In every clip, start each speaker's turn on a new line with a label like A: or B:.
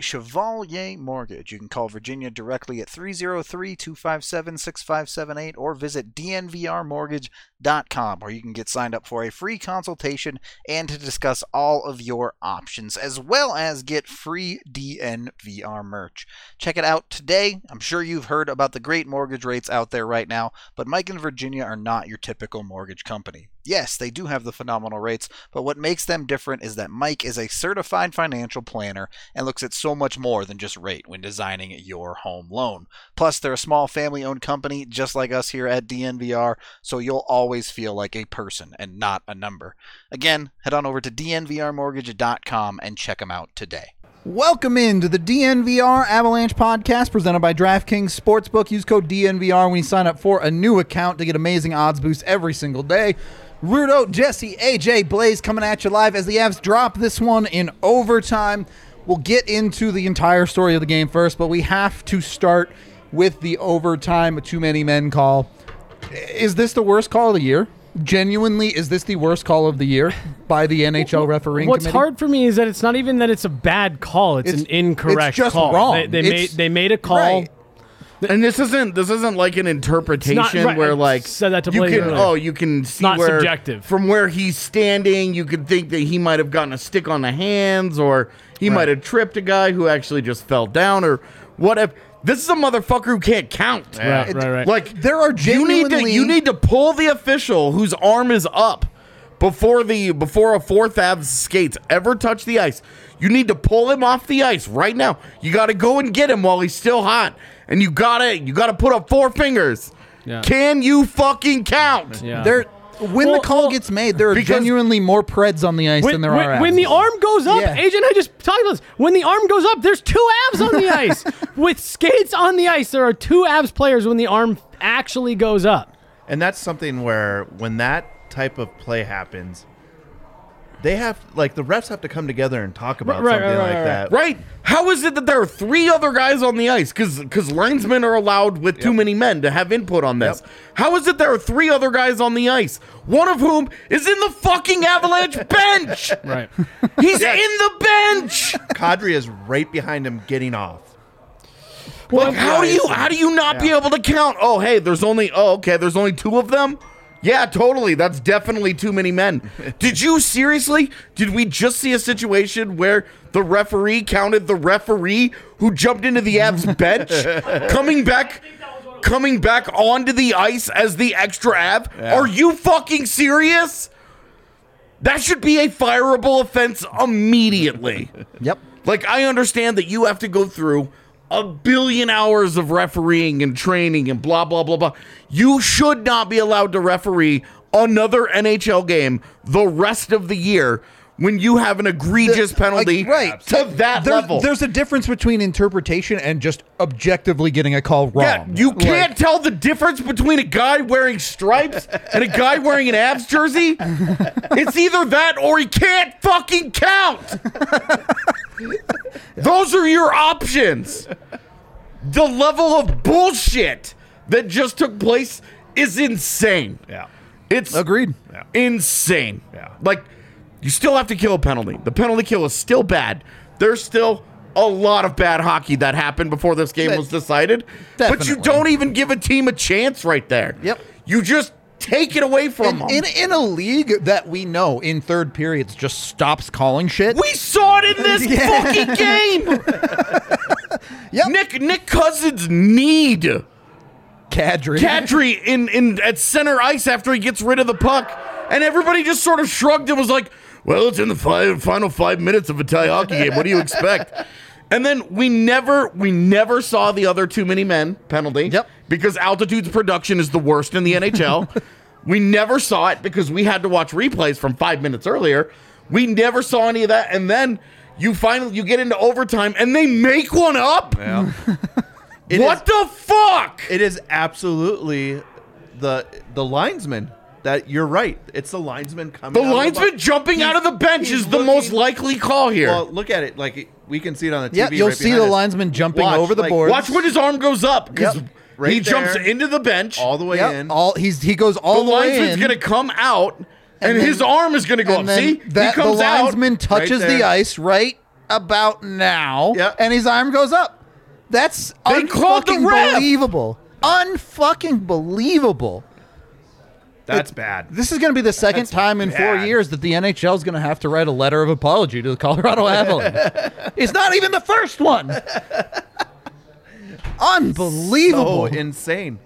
A: Chevalier Mortgage. You can call Virginia directly at 303 257 6578 or visit dnvrmortgage.com where you can get signed up for a free consultation and to discuss all of your options as well as get free DNVR merch. Check it out today. I'm sure you've heard about the great mortgage rates out there right now, but Mike and Virginia are not your typical mortgage company. Yes, they do have the phenomenal rates, but what makes them different is that Mike is a certified financial planner and looks at so much more than just rate when designing your home loan. Plus, they're a small family owned company just like us here at DNVR, so you'll always feel like a person and not a number. Again, head on over to dnvrmortgage.com and check them out today.
B: Welcome in to the DNVR Avalanche podcast presented by DraftKings Sportsbook. Use code DNVR when you sign up for a new account to get amazing odds boosts every single day. Rudo, Jesse, AJ, Blaze coming at you live as the Avs drop this one in overtime. We'll get into the entire story of the game first, but we have to start with the overtime too many men call. Is this the worst call of the year? Genuinely, is this the worst call of the year by the NHL refereeing
C: What's
B: committee?
C: hard for me is that it's not even that it's a bad call; it's,
B: It's-
C: an incorrect
B: it's just
C: call.
B: wrong.
C: They, they made
B: It's-
C: they made a call.
B: Right.
D: And this isn't this isn't like an interpretation
C: It's not- right, I
D: where like
C: said that to
D: you
C: Blaze
D: can,
C: earlier.
D: oh you can see
C: not
D: where
C: subjective.
D: from where he's standing you could think that he might have gotten a stick on the hands or he might have tripped a guy who actually just fell down or what if this is a motherfucker who can't count
C: Right, right, right.
D: like
B: There are
D: you need to
B: genuinely-
D: you need to pull the official whose arm is up before the before a fourth av skates ever touch the ice. You need to pull him off the ice right now. You got to go and get him while he's still hot, and you got to you got to put up four fingers.
C: Yeah.
D: Can you fucking count?
C: Yeah.
B: There, when
C: Well,
B: the call
C: well-
B: gets made, there are
D: Because-
B: genuinely more Preds on the ice
C: when,
B: than there
C: when-
B: are.
C: when
B: abs.
C: the arm goes up,
B: Yeah.
C: Agent, I just talked about this. When the arm goes up, there's two abs on the ice with skates on the ice. There are two abs players when the arm actually goes up.
E: And that's something where when that type of play happens, they have like the refs have to come together and talk about
C: right,
E: something
C: right,
E: like
C: right,
E: that.
D: Right? How is it that there are three other guys on the ice? Because because linesmen are allowed with too many men to have input on this. How is it there are three other guys on the ice? One of whom is in the fucking Avalanche bench.
C: Right.
D: He's in the bench.
E: Kadri is right behind him getting off.
D: like how do you how do you not be able to count? Oh hey, there's only oh okay, there's only two of them. Yeah, totally. That's definitely too many men. Did you seriously? Did we just see a situation where the referee counted the referee who jumped into the Avs bench, coming back, coming back onto the ice as the extra Av? Are you fucking serious? That should be a fireable offense immediately.
B: Yep.
D: Like I understand that you have to go through a billion hours of refereeing and training and blah blah blah blah. You should not be allowed to referee another NHL game the rest of the year when you have an egregious penalty
B: Like, right.
D: to that
B: There-
D: level.
B: There's a difference between interpretation and just objectively getting a call wrong.
D: yeah, you can't tell the difference between a guy wearing stripes and a guy wearing an abs jersey. It's either that or he can't fucking count. Those are your options. The level of bullshit that just took place is insane.
E: Yeah.
D: It's
B: Agreed.
D: insane.
E: Yeah.
D: Like you still have to kill a penalty. The penalty kill is still bad. There's still a lot of bad hockey that happened before this game was decided. But you
B: Definitely.
D: don't even give a team a chance right there.
B: Yep.
D: You just take it away from
B: In,
D: them.
B: in, in a league that we know in third periods just stops calling shit.
D: we saw it in this fucking game.
B: Yep.
D: Nick Nick Cousins need
B: Kadri.
D: Kadri in in at center ice after he gets rid of the puck, and everybody just sort of shrugged and was like, "Well, it's in the five, final five minutes of a tie hockey game. What do you expect?" And then we never we never saw the other too many men penalty.
B: Yep.
D: Because altitude's production is the worst in the NHL. we never saw it because we had to watch replays from five minutes earlier. We never saw any of that. And then you finally you get into overtime and they make one up.
E: Yeah. It
D: what
E: is-
D: the fuck?
E: It is absolutely the the linesman that you're right. It's the linesman coming.
D: The
E: out of
D: linesman
E: box.
D: jumping
E: He's-
D: out of the bench
E: he's
D: is the most
E: looking-
D: likely call here.
E: Well, look at it. Like it- we can see it on the TV.
B: Yeah, you'll
E: right
B: see
E: behind
B: the
E: us.
B: linesman jumping
E: Watch,
B: over the
E: like,
B: board.
D: Watch when his arm goes up because
B: Yep.
E: Right
D: he jumps
E: there.
D: into the bench.
E: all the way
B: Yep,
E: in.
B: all he's he goes
D: the
B: all the way
D: linesman's
B: in.
D: going to come out, and,
B: then-
D: his arm is going to go up.
B: and then
D: See,
B: that,
D: he comes
B: the
D: out.
B: linesman touches
E: right
B: the
E: there.
B: ice right about now,
E: Yep.
B: and his arm goes up. That's
D: They called the
B: unfucking
D: ref!
B: believable. Unfucking believable.
E: That's bad.
B: This is going to be the second time in four
E: bad.
B: years that the NHL is going to have to write a letter of apology to the Colorado Avalanche. it's not even the first one.
E: So
B: Unbelievable.
E: Oh, insane.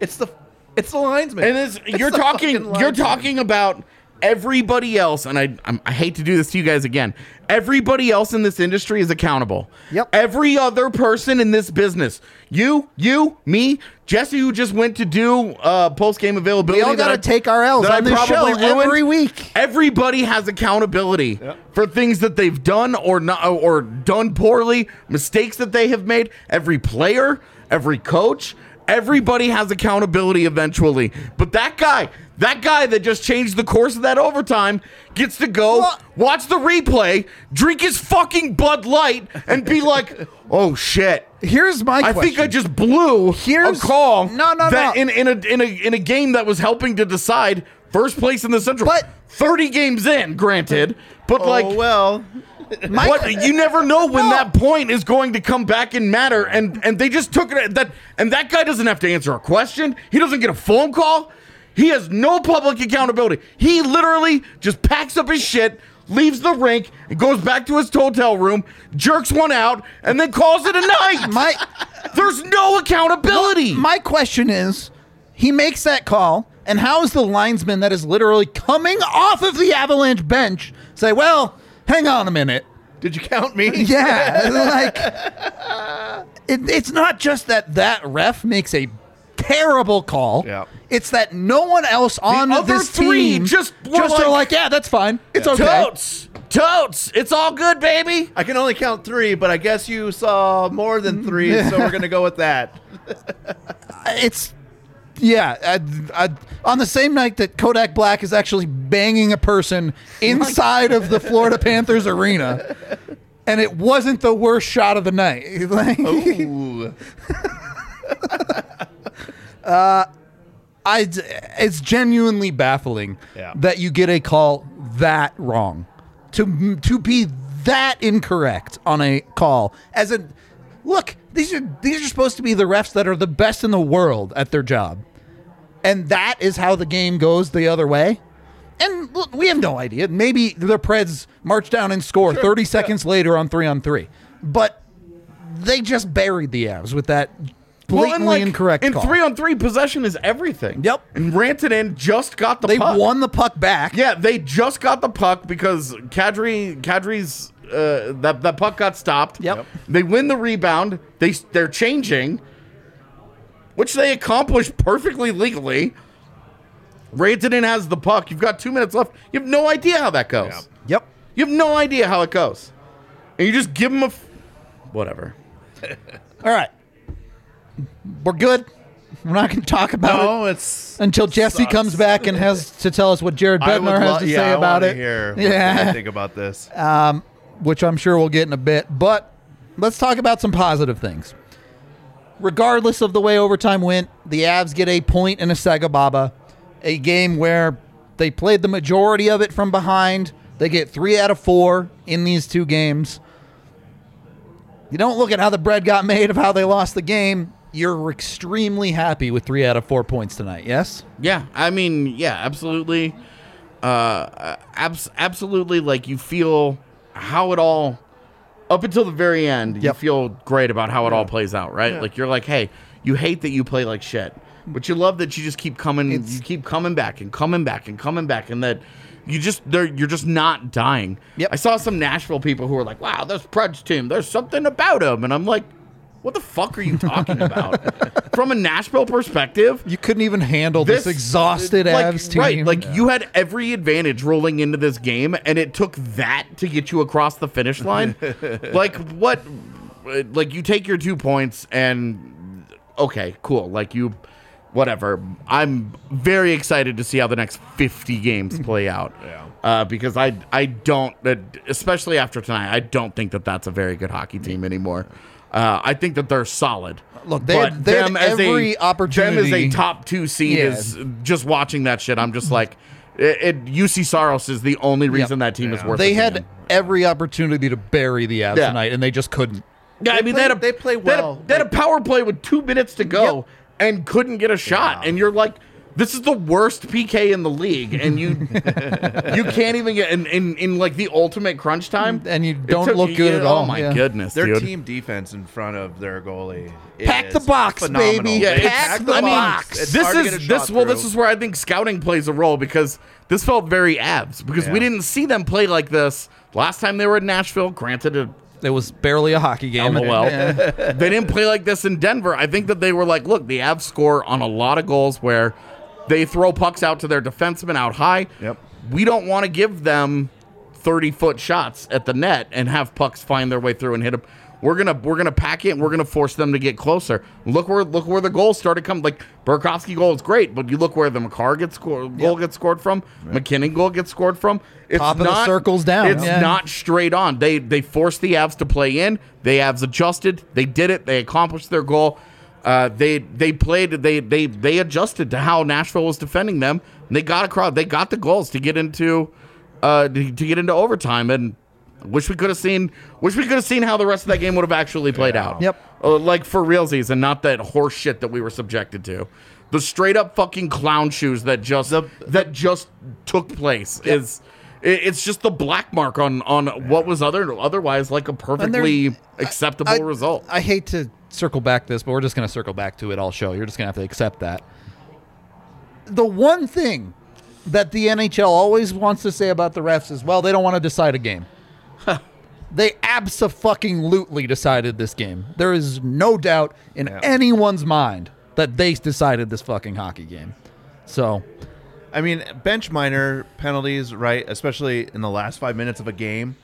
E: It's the it's the linesman.
D: And it's, you're
E: the fucking
D: talking, you're
E: linesman.
D: talking about everybody else, and I, I'm, I hate to do this to you guys again. Everybody else in this industry is accountable.
B: Yep.
D: Every other person in this business, you, you, me, Jesse, who just went to do uh, post game availability.
B: we all
D: that
B: got to
D: I-
B: take our L's
D: that I
B: on this show
D: probably ruined.
B: every week.
D: Everybody has accountability for things that they've done or not or done poorly, mistakes that they have made. Every player, every coach, everybody has accountability eventually. But that guy, that guy that just changed the course of that overtime gets to go
B: Well-
D: watch the replay, drink his fucking Bud Light and be like, "Oh shit."
B: Here's my
D: I
B: question.
D: think I just blew
B: Here's-
D: a call
B: No, no,
D: that
B: no.
D: In, in, a, in, a, in a game that was helping to decide first place in the Central.
B: But-
D: 30 games in, granted. But
E: oh,
D: like,
E: well.
B: my
D: what, you never know when
B: No.
D: that point is going to come back and matter. And, and they just took it at that. And that guy doesn't have to answer a question. He doesn't get a phone call. He has no public accountability. He literally just packs up his shit, leaves the rink, and goes back to his hotel room, jerks one out, and then calls it a night.
B: my
D: There's no accountability.
B: My question is, he makes that call, and how is the linesman that is literally coming off of the Avalanche bench say, "Well, hang on a minute."
E: Did you count me?
B: Yeah, like it, it's not just that that ref makes a terrible call.
E: Yeah.
B: It's that no one else on
D: other
B: this
D: three
B: team
D: just were
B: just are
D: like-
B: like, "Yeah, that's fine. It's okay."
D: Totes, totes, it's all good, baby.
E: I can only count three, but I guess you saw more than three, so we're gonna go with that.
B: It's yeah, I, I, on the same night that Kodak Black is actually banging a person inside of the Florida Panthers arena, and it wasn't the worst shot of the night. Like,
E: Ooh.
B: Uh, I, it's genuinely baffling
E: Yeah.
B: that you get a call that wrong, to to be that incorrect on a call. As a look, these are these are supposed to be the refs that are the best in the world at their job, and that is how the game goes the other way. And look, we have no idea. Maybe the Preds march down and score 30 seconds later on three on three, but they just buried the Avs with that blatantly incorrect
D: In
B: call.
D: three on three, possession is everything.
B: Yep.
D: And Rantanen just got the
B: they
D: puck.
B: won the puck back.
D: Yeah, they just got the puck because Kadri, Kadri's uh, that that puck got stopped.
B: Yep.
D: They win the rebound. They they're changing, which they accomplished perfectly legally. Rantanen has the puck. You've got two minutes left. You have no idea how that goes.
E: Yep.
B: Yep.
D: You have no idea how it goes. And you just give them a. F- whatever.
B: All right. We're good. We're not going to talk about
E: No,
B: it
E: it's
B: until Jesse
E: sucks.
B: comes back and has to tell us what Jared
E: I would
B: Bednar
E: lo-
B: has to
E: yeah,
B: say
E: I
B: about
E: wanna
B: it.
E: Hear what they
B: yeah,
E: think about this.
B: which I'm sure we'll get in a bit. But let's talk about some positive things. Regardless of the way overtime went, the Avs get a point in a Sagababa, a game where they played the majority of it from behind. They get three out of four in these two games. You don't look at how the bread got made of how they lost the game. You're extremely happy with three out of four points tonight. Yes.
D: Yeah, I mean, yeah, absolutely. Uh, abs- absolutely. Like you feel how it all up until the very end. You
B: Yep.
D: feel great about how it all plays out, right? Like you're like, hey, you hate that you play like shit. But you love that you just keep coming, you keep coming back and coming back and coming back, and that you just they're you're just not dying.
B: Yep.
D: I saw some Nashville people who were like, "Wow, this Preds team, there's something about them," and I'm like, "What the fuck are you talking about?" From a Nashville perspective,
B: You couldn't even handle this, exhausted
D: like,
B: Avs team.
D: Right, like you had every advantage rolling into this game, and it took that to get you across the finish line. like what? Like you take your two points, and okay, cool. Like you, whatever. I'm very excited to see how the next 50 games play out. Yeah. Uh, because I I don't, especially after tonight, I don't think that that's a very good hockey team anymore. Uh, I think that they're solid.
B: Look, they had-
D: But
B: they had
D: them as a-
B: every
D: Them as a
B: opportunity.
D: top two seed
B: Yeah.
D: is just watching that shit. I'm just like, it, it, UC Soros is the only reason that team is worth.
B: they
D: it,
B: had
D: man.
B: every opportunity to bury the Avs
D: Yeah.
B: tonight, and they just couldn't.
D: Yeah, I
E: They
D: mean, they
E: play-
D: had a,
E: they play
D: had a-
E: well.
D: They had, a, power play with two minutes to go and couldn't get a shot, and you're like, this is the worst PK in the league, and you you can't even get in, in in like the ultimate crunch time,
B: And you
D: it
B: don't look good at
D: Oh
B: all,
D: my
B: yeah.
D: goodness,
E: Their
D: dude.
E: team defense in front of their goalie.
B: Pack
E: is
B: the box,
E: phenomenal.
B: baby.
E: They
B: Pack
E: pack
B: the
E: I mean,
B: box.
E: it's
D: this
E: hard to get a
D: is
E: shot
D: this well this
E: through.
D: is where i think scouting plays a role because this felt very abs because we
E: Yeah.
D: didn't see them play like this last time they were in nashville granted a
B: It was barely a hockey game.
D: LOL. they didn't play like this in Denver. I think that they were like, look, the Avs score on a lot of goals where they throw pucks out to their defensemen out high.
E: Yep.
D: We don't want to give them 30 foot shots at the net and have pucks find their way through and hit them. We're gonna we're gonna pack it. and We're gonna force them to get closer. Look where look where the goals started coming. Like Burkowski goal is great, but you look where the McCarr gets scored goal gets scored from, McKinnon goal gets scored from. It's
B: Top of the circles down.
D: It's
B: Yeah.
D: not straight on. They they forced the Avs to play in. The Avs adjusted. They did it. They accomplished their goal. Uh, they they played. They they they adjusted to how Nashville was defending them. And they got a crowd. They got the goals to get into uh, to, to get into overtime. And wish we could have seen. Wish we could have seen how the rest of that game would have actually played out.
B: Yep.
D: Uh, like for realsies, and not that horse shit that we were subjected to. The straight up fucking clown shoes that just that just took place is it, it's just the black mark on on what was other otherwise like a
B: they're-
D: perfectly acceptable
B: I,
D: result.
B: I hate to circle back this, but we're just going to circle back to it all show. You're just going to have to accept that. The one thing that the NHL always wants to say about the refs is, well, they don't want to decide a game. they abso-fucking-lutely decided this game. There is no doubt in anyone's mind that they decided this fucking hockey game. So,
E: I mean, bench minor penalties, right? Especially in the last five minutes of a game,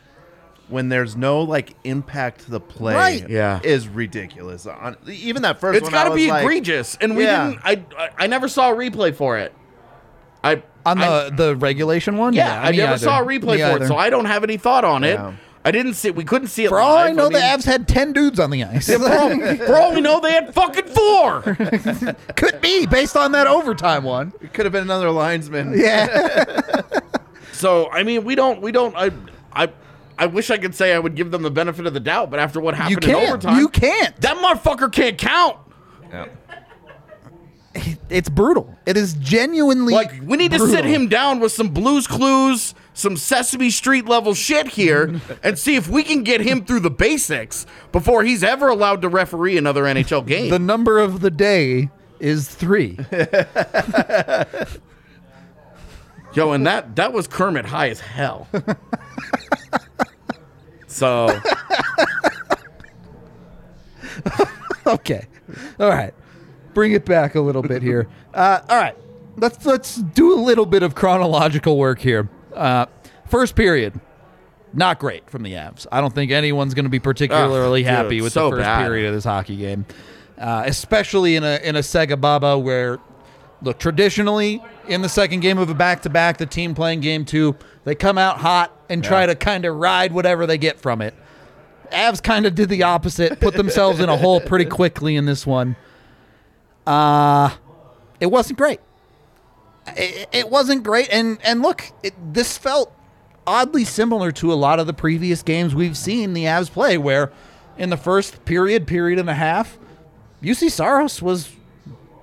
E: when there's no like impact to the play,
B: Right.
D: Yeah.
E: is ridiculous. On even that first,
D: It's
E: one,
D: got
E: I
D: to
E: was
D: be
E: like-
D: egregious, and we
E: Yeah.
D: didn't. I, I I never saw a replay for it. I
B: on the,
D: I-
B: the regulation one?
D: yeah, I
B: me
D: never
B: either.
D: saw a replay
B: Me
D: for
B: either.
D: it, so I don't have any thought on
E: Yeah.
D: it. I didn't see. We couldn't see it.
B: For all I
D: live.
B: know, the
D: mean,
B: Avs had 10 dudes on the ice.
D: For all we know, they had fucking four.
B: Could be, based on that overtime one.
E: It could have been another linesman.
B: Yeah.
D: So I mean, we don't, we don't. I, I, I wish I could say I would give them the benefit of the doubt, but after what happened in
B: can't.
D: overtime,
B: You can't.
D: That motherfucker can't count.
B: It's brutal. It is genuinely
D: Like we need to sit
B: brutal.
D: him down with some Blues Clues, some Sesame Street level shit here, and see if we can get him through the basics before he's ever allowed to referee another NHL game.
B: The number of the day is three.
D: Yo, and that that was Kermit high as hell. so
B: okay. All right. Bring it back a little bit here. Uh, all right. Let's let's do a little bit of chronological work here. Uh, first period, not great from the Avs. I don't think anyone's going to be particularly
D: Ugh, dude,
B: happy with
D: so
B: the first
D: bad.
B: period of this hockey game, uh, especially in a in a Sega Baba where, look, traditionally in the second game of a back to back, the team playing game two, they come out hot and try to kind of ride whatever they get from it. Avs kind of did the opposite, put themselves in a hole pretty quickly in this one. Uh, it wasn't great. It, it wasn't great, and and look, it, this felt oddly similar to a lot of the previous games we've seen the Avs play, where in the first period, period and a half, UC Saros was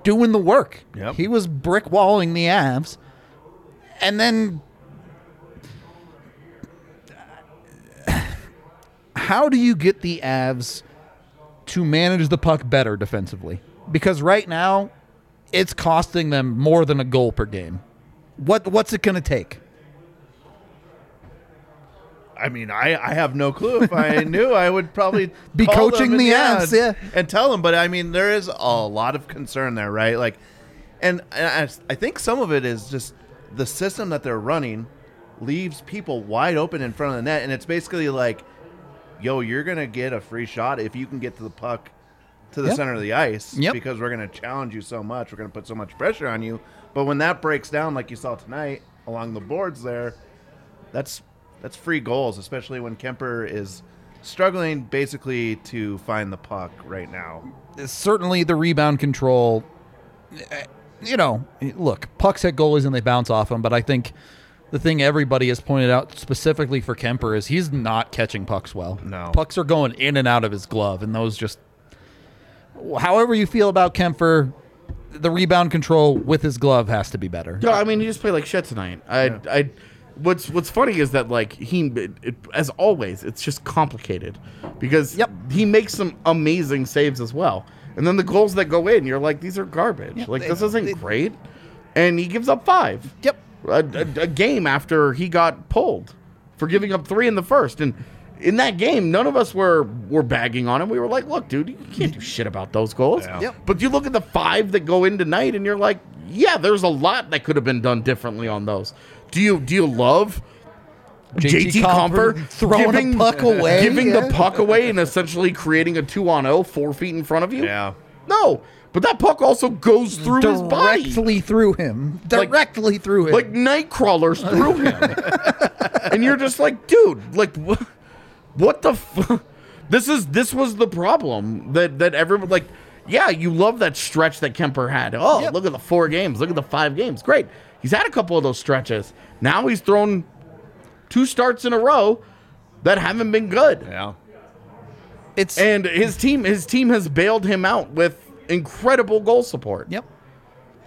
B: doing the work.
E: Yep.
B: He was brick walling the Avs, and then how do you get the Avs to manage the puck better defensively? Because right now, it's costing them more than a goal per game. What what's it going to take?
E: I mean, I, I have no clue. If I knew, I would probably
B: Be
E: call
B: coaching
E: them and-
B: the Avs, yeah.
E: and tell them. But I mean, there is a lot of concern there, right? Like, and, and I, I think some of it is just the system that they're running leaves people wide open in front of the net, and it's basically like, yo, you're gonna get a free shot if you can get to the puck to the
B: Yep.
E: center of the ice,
B: Yep.
E: because we're gonna challenge you so much, we're gonna put so much pressure on you. But when that breaks down, like you saw tonight along the boards there that's that's free goals, especially when Kemper is struggling basically to find the puck right now.
B: Certainly the rebound control eh, you know, look, pucks hit goalies and they bounce off them, but I think the thing everybody has pointed out specifically for Kemper is he's not catching pucks well.
E: No.
B: Pucks are going in and out of his glove and those just however you feel about Kemper, the rebound control with his glove has to be better.
D: No, I mean he just played like shit tonight. I, I, what's what's funny is that like he, it, it- as always, it's just complicated because
B: Yep.
D: he makes some amazing saves as well, and then the goals that go in, you're like these are garbage. like
B: they-
D: this isn't
B: they-
D: great, and he gives up five.
B: Yep.
D: A, a- a game after he got pulled for giving up three in the first and. In that game, none of us were were bagging on him. We were like, "Look, dude, you can't do shit about those goals."
E: Yeah.
B: Yep.
D: But you look at the five that go in tonight, and you're like, yeah, there's a lot that could have been done differently on those. Do you do you love JT Comfer
B: throwing
D: giving,
B: a puck away,
D: giving
B: yeah.
D: the puck away, and essentially creating a two on oh four feet in front of you?
E: Yeah.
D: No, but that puck also goes through his body.
B: directly through him, directly through him.
D: Like night crawlers through him. and you're just like, dude, like what, what the f- This is this was the problem that that everyone like yeah, you love that stretch that Kemper had. Oh,
B: Yep.
D: look at the four games, look at the five games. Great. He's had a couple of those stretches. Now he's thrown two starts in a row that haven't been good.
E: Yeah.
B: it's
D: And his team his team has bailed him out with incredible goal support.
B: yep.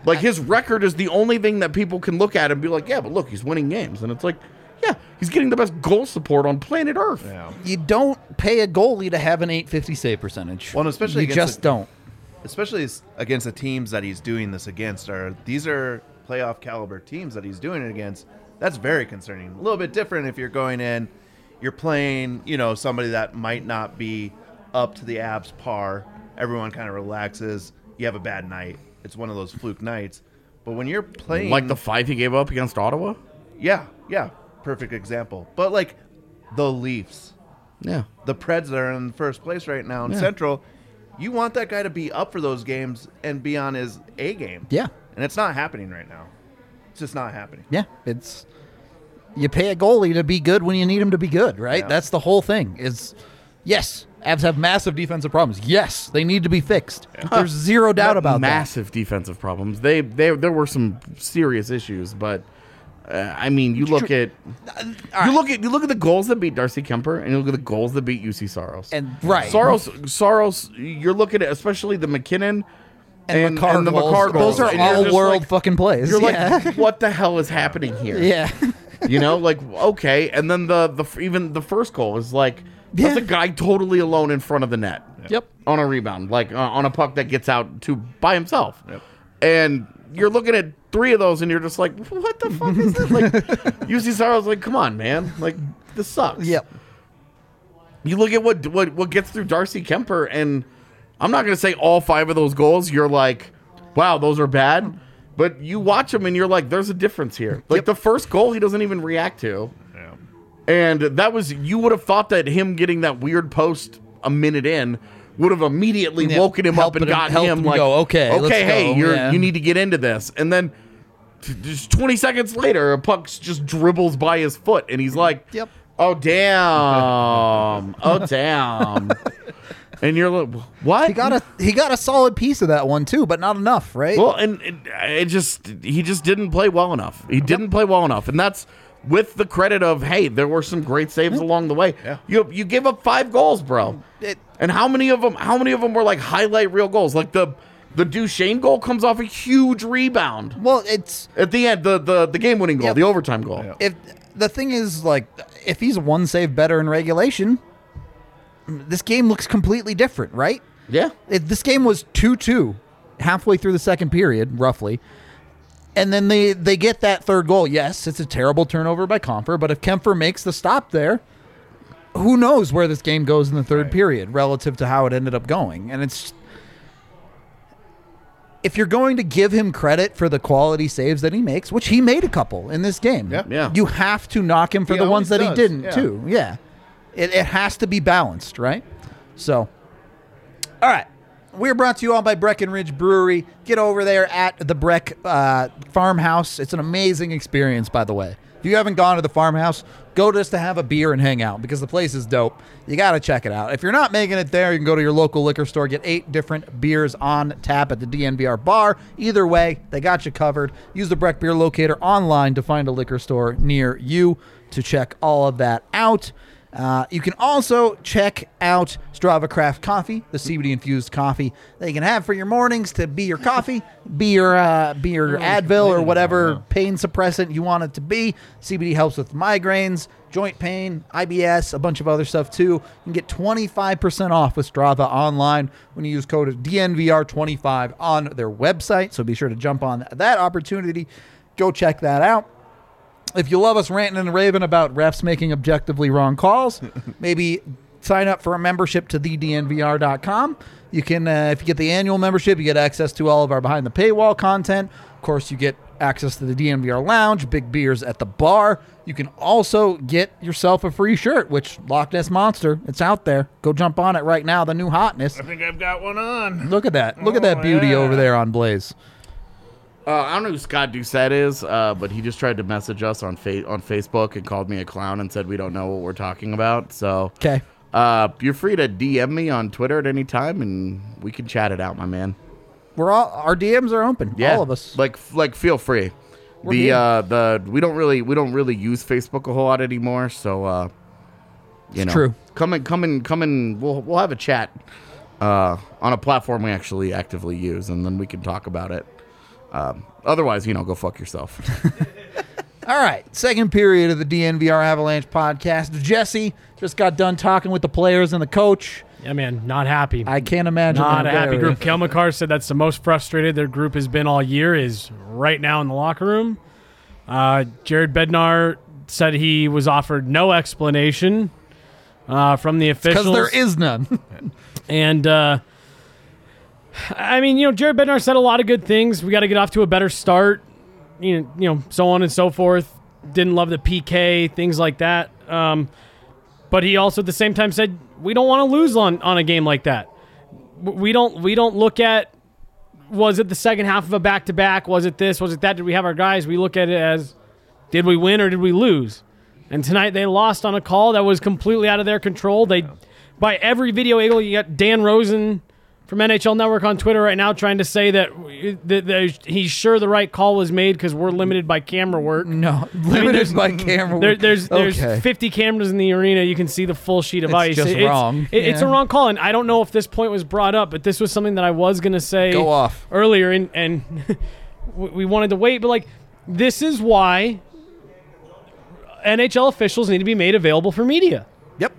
D: Like his record is the only thing that people can look at and be like, yeah, but look, he's winning games. And it's like, yeah, he's getting the best goal support on planet Earth.
E: Yeah.
B: You don't pay a goalie to have an 850 save percentage.
E: Well, and especially
B: you
E: against
B: just
E: a-
B: don't.
E: Especially s- against the teams that he's doing this against are these are playoff caliber teams that he's doing it against. That's very concerning. A little bit different if you're going in, you're playing, you know, somebody that might not be up to the abs par. Everyone kind of relaxes. You have a bad night. It's one of those fluke nights. But when you're playing
D: Like the five he gave up against Ottawa.
E: Yeah, yeah. Perfect example. But like the Leafs,
D: Yeah.
E: the Preds that are in first place right now in
D: Yeah.
E: Central, you want that guy to be up for those games and be on his A game.
B: Yeah.
E: And it's not happening right now. It's just not happening.
B: Yeah, it's you pay a goalie to be good when you need him to be good, right?
E: Yeah.
B: That's the whole thing. Is yes, Abs have massive defensive problems. Yes, they need to be fixed. There's zero doubt
D: Not
B: about that.
D: massive defensive problems. They, they there were some serious issues, but uh, I mean, you look at
B: uh,
D: you look at you look at the goals that beat Darcy Kemper, and you look at the goals that beat UC Soros.
B: And right,
D: Soros, Soros, you're looking at especially the McKinnon
B: and,
D: and,
B: Makar
D: and the
B: goals,
D: McCarr goals.
B: Those are
D: and you're
B: all
D: just
B: world
D: like-
B: fucking plays.
D: You're
B: yeah.
D: like, what the hell is happening here?
B: yeah.
D: you know, like okay. And then the the even the first goal is like that's
B: Yeah.
D: a guy totally alone in front of the net.
B: Yep.
D: On a rebound, like uh, on a puck that gets out to by himself. And you're looking at three of those, and you're just like, what the fuck is this? Like, UC Saro's like, come on, man, like this sucks.
B: Yep.
D: You look at what what what gets through Darcy Kemper, and I'm not gonna say all five of those goals. You're like, wow, those are bad. But you watch them, and you're like, there's a difference here. Like the first goal, he doesn't even react to,
E: Yeah.
D: and that was you would have thought that him getting that weird post a minute in would have immediately
B: Yeah,
D: woken him up
B: helped
D: and
B: him-
D: gotten
B: helped
D: him,
B: him
D: like,
B: go, okay,
D: okay,
B: let's
D: hey,
B: go,
D: you're
B: yeah.
D: you need to get into this, and then. t- Just 20 seconds later, a puck just dribbles by his foot, and he's like,
B: Yep.
D: Oh damn! Oh damn! and you're like, what?
B: He got a he got a solid piece of that one too, but not enough, right?
D: well, and it, it just he just didn't play well enough. He didn't play well enough, and that's with the credit of hey, there were some great saves along the way.
E: Yeah.
D: You you gave up five goals, bro.
B: It-
D: and how many of them? How many of them were like highlight real goals? Like the the Duchesne goal comes off a huge rebound
B: well, it's
D: at the end, the the, the game winning goal,
B: Yep.
D: the overtime goal.
B: if the thing is like if he's one save better in regulation this game looks completely different right
D: Yeah.
B: if this game was 2-2 halfway through the second period, roughly. And then they, they get that third goal. Yes, it's a terrible turnover by Comfer, but if Kemper makes the stop there, who knows where this game goes in the third period relative to how it ended up going. And it's if you're going to give him credit for the quality saves that he makes, which he made a couple in this game,
E: Yeah. Yeah.
B: you have to knock him for
E: He
B: the ones
E: always
B: that he
E: does,
B: didn't
E: yeah.
B: too. Yeah. It, it has to be balanced, right? So all right. We're brought to you all by Breckenridge Brewery. Get over there at the Breck uh, Farmhouse. It's an amazing experience, by the way. If you haven't gone to the farmhouse, go just to have a beer and hang out because the place is dope. You got to check it out. If you're not making it there, you can go to your local liquor store, get eight different beers on tap at the DNVR bar. Either way, they got you covered. Use the Breck Beer Locator online to find a liquor store near you to check all of that out. Uh, you can also check out Strava Craft Coffee, the CBD infused coffee that you can have for your mornings to be your coffee, be your uh, be your Advil or whatever pain suppressant you want it to be. CBD helps with migraines, joint pain, IBS, a bunch of other stuff too. You can get 25% off with Strava online when you use code DNVR25 on their website. So be sure to jump on that opportunity. Go check that out if you love us ranting and raving about refs making objectively wrong calls, maybe sign up for a membership to thednvr.com. You can, uh, if you get the annual membership, you get access to all of our behind the paywall content. Of course, you get access to the DNVR lounge, big beers at the bar. You can also get yourself a free shirt, which Loch Ness Monster, it's out there. Go jump on it right now, the new hotness.
D: I think I've got one on.
B: Look at that. Look at that
D: Oh,
B: beauty
D: yeah.
B: over there on Blaze.
D: Uh, I don't know who Scott Doucette is, uh, but he just tried to message us on fa- on Facebook and called me a clown and said we don't know what we're talking about. So,
B: Okay.
D: uh, you're free to DM me on Twitter at any time, and we can chat it out, my man.
B: We're all, our DMs are open.
D: Yeah,
B: All of us.
D: Like, like, feel free.
B: We're
D: the
B: game.
D: uh, the we don't really we don't really use Facebook a whole lot anymore, so uh, you know,
B: true.
D: Come and come and come and we'll we'll have a chat uh, on a platform we actually actively use, and then we can talk about it. Um, otherwise, you know, go fuck yourself.
B: All right, second period of the DNVR Avalanche podcast. Jesse just got done talking with the players and the coach.
C: Yeah, man, not happy.
B: I can't imagine.
C: not a
B: them
C: happy
B: there.
C: group. Kel McCarr said that's the most frustrated their group has been all year is right now in the locker room. Uh, Jared Bednar said he was offered no explanation uh, from the officials.
B: Because there is none.
C: And uh, I mean, you know, Jared Bednar said a lot of good things. We got to get off to a better start. You know, you know, so on and so forth. Didn't love the PK, things like that. Um, but he also at the same time said we don't want to lose on on a game like that. W- We don't we don't look at was it the second half of a back to back? Was it this? Was it that? Did we have our guys? We look at it as did we win or did we lose? And tonight they lost on a call that was completely out of their control. They, by every video angle, you got Dan Rosen from NHL Network on Twitter right now trying to say that, that, that he's sure the right call was made because we're limited by camera work.
B: no, limited
C: there's-
B: by camera.
C: There, there's there's
B: Okay.
C: 50 cameras in the arena. You can see the full sheet of
B: It's
C: ice.
B: just wrong.
C: It's, it- it's a
B: Yeah.
C: wrong call, and I don't know if this point was brought up, but this was something that I was gonna say
B: Go off.
C: earlier, and and we we wanted to wait, but like this is why NHL officials need to be made available for media.
B: Yep.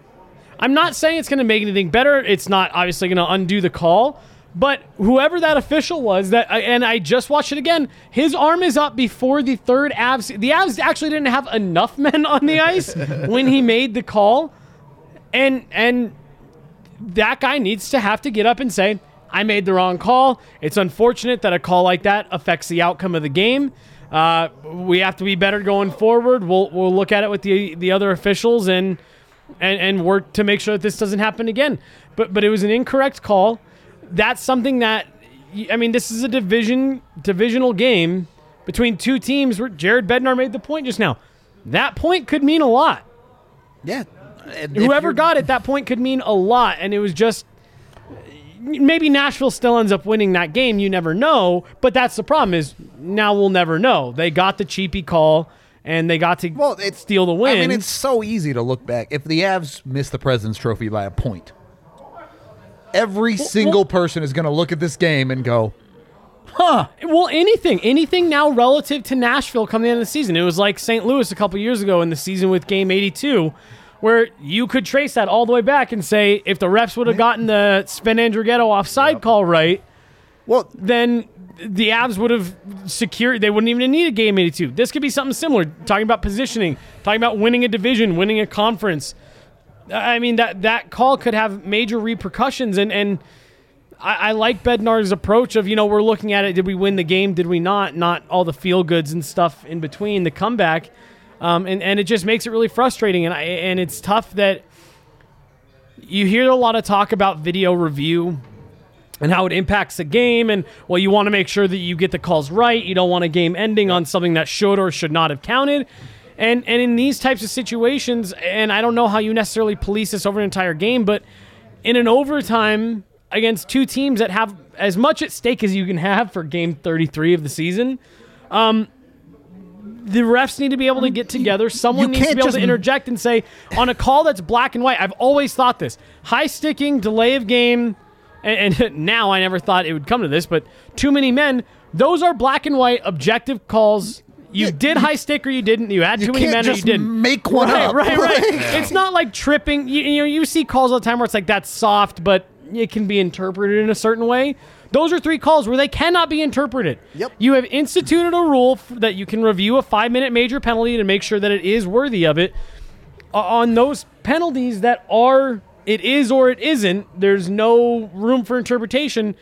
C: I'm not saying it's going to make anything better. It's not obviously going to undo the call, but whoever that official was, that and I just watched it again. His arm is up before the third Avs. The Avs actually didn't have enough men on the ice when he made the call, and and that guy needs to have to get up and say, I made the wrong call. It's unfortunate that a call like that affects the outcome of the game. Uh, we have to be better going forward. We'll we'll look at it with the the other officials and and and work to make sure that this doesn't happen again. But but it was an incorrect call. That's something that I mean, this is a division divisional game between two teams where Jared Bednar made the point just now. That point could mean a lot
B: Yeah. And if
C: whoever
B: you're-
C: got it that point could mean a lot and it was just maybe nashville still ends up winning that game you never know but that's the problem is now we'll never know they got the cheapy call and they got to
B: Well, it's
C: steal the win
B: I mean, it's so easy to look back. If the Avs miss the President's Trophy by a point, every single
C: well-
B: person is going to look at this game and go, "Huh."
C: well anything anything now relative to nashville coming into the season it was like st louis a couple years ago in the season with game 82 where you could trace that all the way back and say if the refs would have gotten the Sven Andrighetto offside call right
B: Well,
C: then the Avs would have secured. They wouldn't even need a game 82. This could be something similar. Talking about positioning, talking about winning a division, winning a conference. I mean that that call could have major repercussions, and and I, I like Bednar's approach of you know we're looking at it. Did we win the game? Did we not? Not all the feel goods and stuff in between the comeback, um, and and it just makes it really frustrating, and I and it's tough that you hear a lot of talk about video review and how it impacts the game and well you want to make sure that you get the calls right you don't want a game ending on something that should or should not have counted and and in these types of situations and i don't know how you necessarily police this over an entire game but in an overtime against two teams that have as much at stake as you can have for game 33 of the season um the refs need to be able to get together. Someone needs to
B: can't
C: be able
B: just-
C: to interject and say, on a call that's black and white, I've always thought this high sticking, delay of game, and, and now I never thought it would come to this, but too many men. Those are black and white objective calls. You did high stick or you didn't. You had too many
B: can't
C: men or you
B: just
C: didn't.
B: make one
C: right,
B: up.
C: Right, right,
B: Like-
C: It's not like tripping. You, you know, you see calls all the time where it's like that's soft, but it can be interpreted in a certain way. Those are three calls where they cannot be interpreted.
B: Yep.
C: You have instituted a rule f- that you can review a five-minute major penalty to make sure that it is worthy of it on those penalties that are it is or it isn't there's no room for interpretation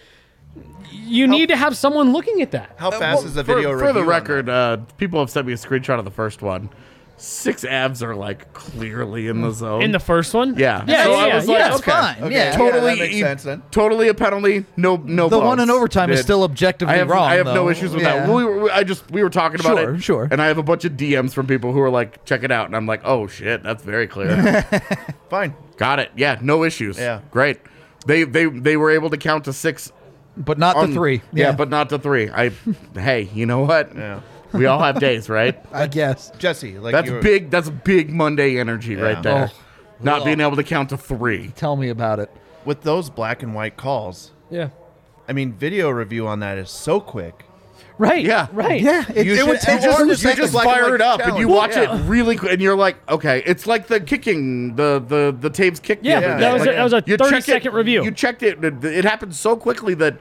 C: you need to have someone looking at that
B: Uh,
E: How fast is the
D: for,
E: video
D: for
E: review?
D: the
E: on
D: record, uh, people have sent me a screenshot of the first one. Six abs are like clearly in
B: Mm.
D: the zone.
C: in the first one
D: yeah,
C: yeah
D: So
C: yeah,
D: I was like,
C: yeah.
B: That's
D: okay,
B: fine.
E: okay.
B: Yeah.
E: Totally.
D: totally,
E: that makes sense then.
D: totally a penalty. No, no.
B: e- The
D: bugs.
B: one in overtime is
D: It-
B: still objectively
D: I have,
B: wrong,
D: I have
B: though.
D: no issues with
B: Yeah.
D: that. We were, I just we were talking about
B: Sure,
D: it.
B: sure.
D: And I have a bunch of DMs from people who are like, check it out, and I'm like, oh shit, that's very clear.
E: Fine.
D: Got it. Yeah, no issues.
E: Yeah.
D: great. They they they were able to count to six
B: but not
D: on-
B: the three.
D: Yeah. but not the three. I hey, you know what?
E: Yeah.
D: We all have days, right?
B: I guess.
E: Jesse, like
D: That's
E: you were-
D: big. That's big Monday energy right there.
B: Oh.
D: Not being able to count to three.
B: Tell me about it.
E: with those black and white calls.
C: yeah
E: I mean, video review on that is so quick.
C: right
D: Yeah.
C: right
B: Yeah, it,
E: You
B: it
E: should-
B: would take
E: or
B: just two
E: just-
D: You
B: seconds.
D: just
E: Black and
D: fire
E: white
D: it up and you
E: challenge.
D: watch
E: Yeah.
D: it really quick, and you're like, okay, it's like the kicking, the the the Taves kick.
C: Yeah,
D: the
C: that
D: other day.
C: was a-
D: Like,
C: that was a
D: you check
C: 30
D: it-
C: second review.
D: You checked it. It, it happened so quickly that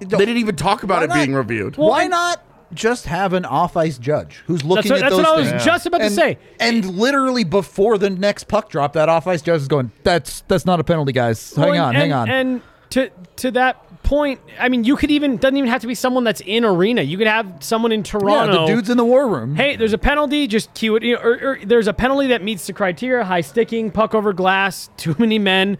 D: they didn't even talk about
B: Why
D: it
B: not?
D: being reviewed.
C: Well,
B: Why
C: and-
B: not just have an off-ice judge who's looking
C: what-
B: at
C: that's
B: those
C: what I was
B: things?
C: just about to
B: And-
C: say.
B: And literally before the next puck drop, that off-ice judge is going, "That's that's not a penalty, guys. Hang
C: Well,
B: on,
C: and,
B: hang on."
C: and and to to that point i mean you could even doesn't even have to be someone that's in arena you could have someone in
B: yeah,
C: toronto
B: the dude's in the war room.
C: hey, there's a penalty, just cue it. you know, Or, or there's a penalty that meets the criteria: high sticking, puck over glass, too many men.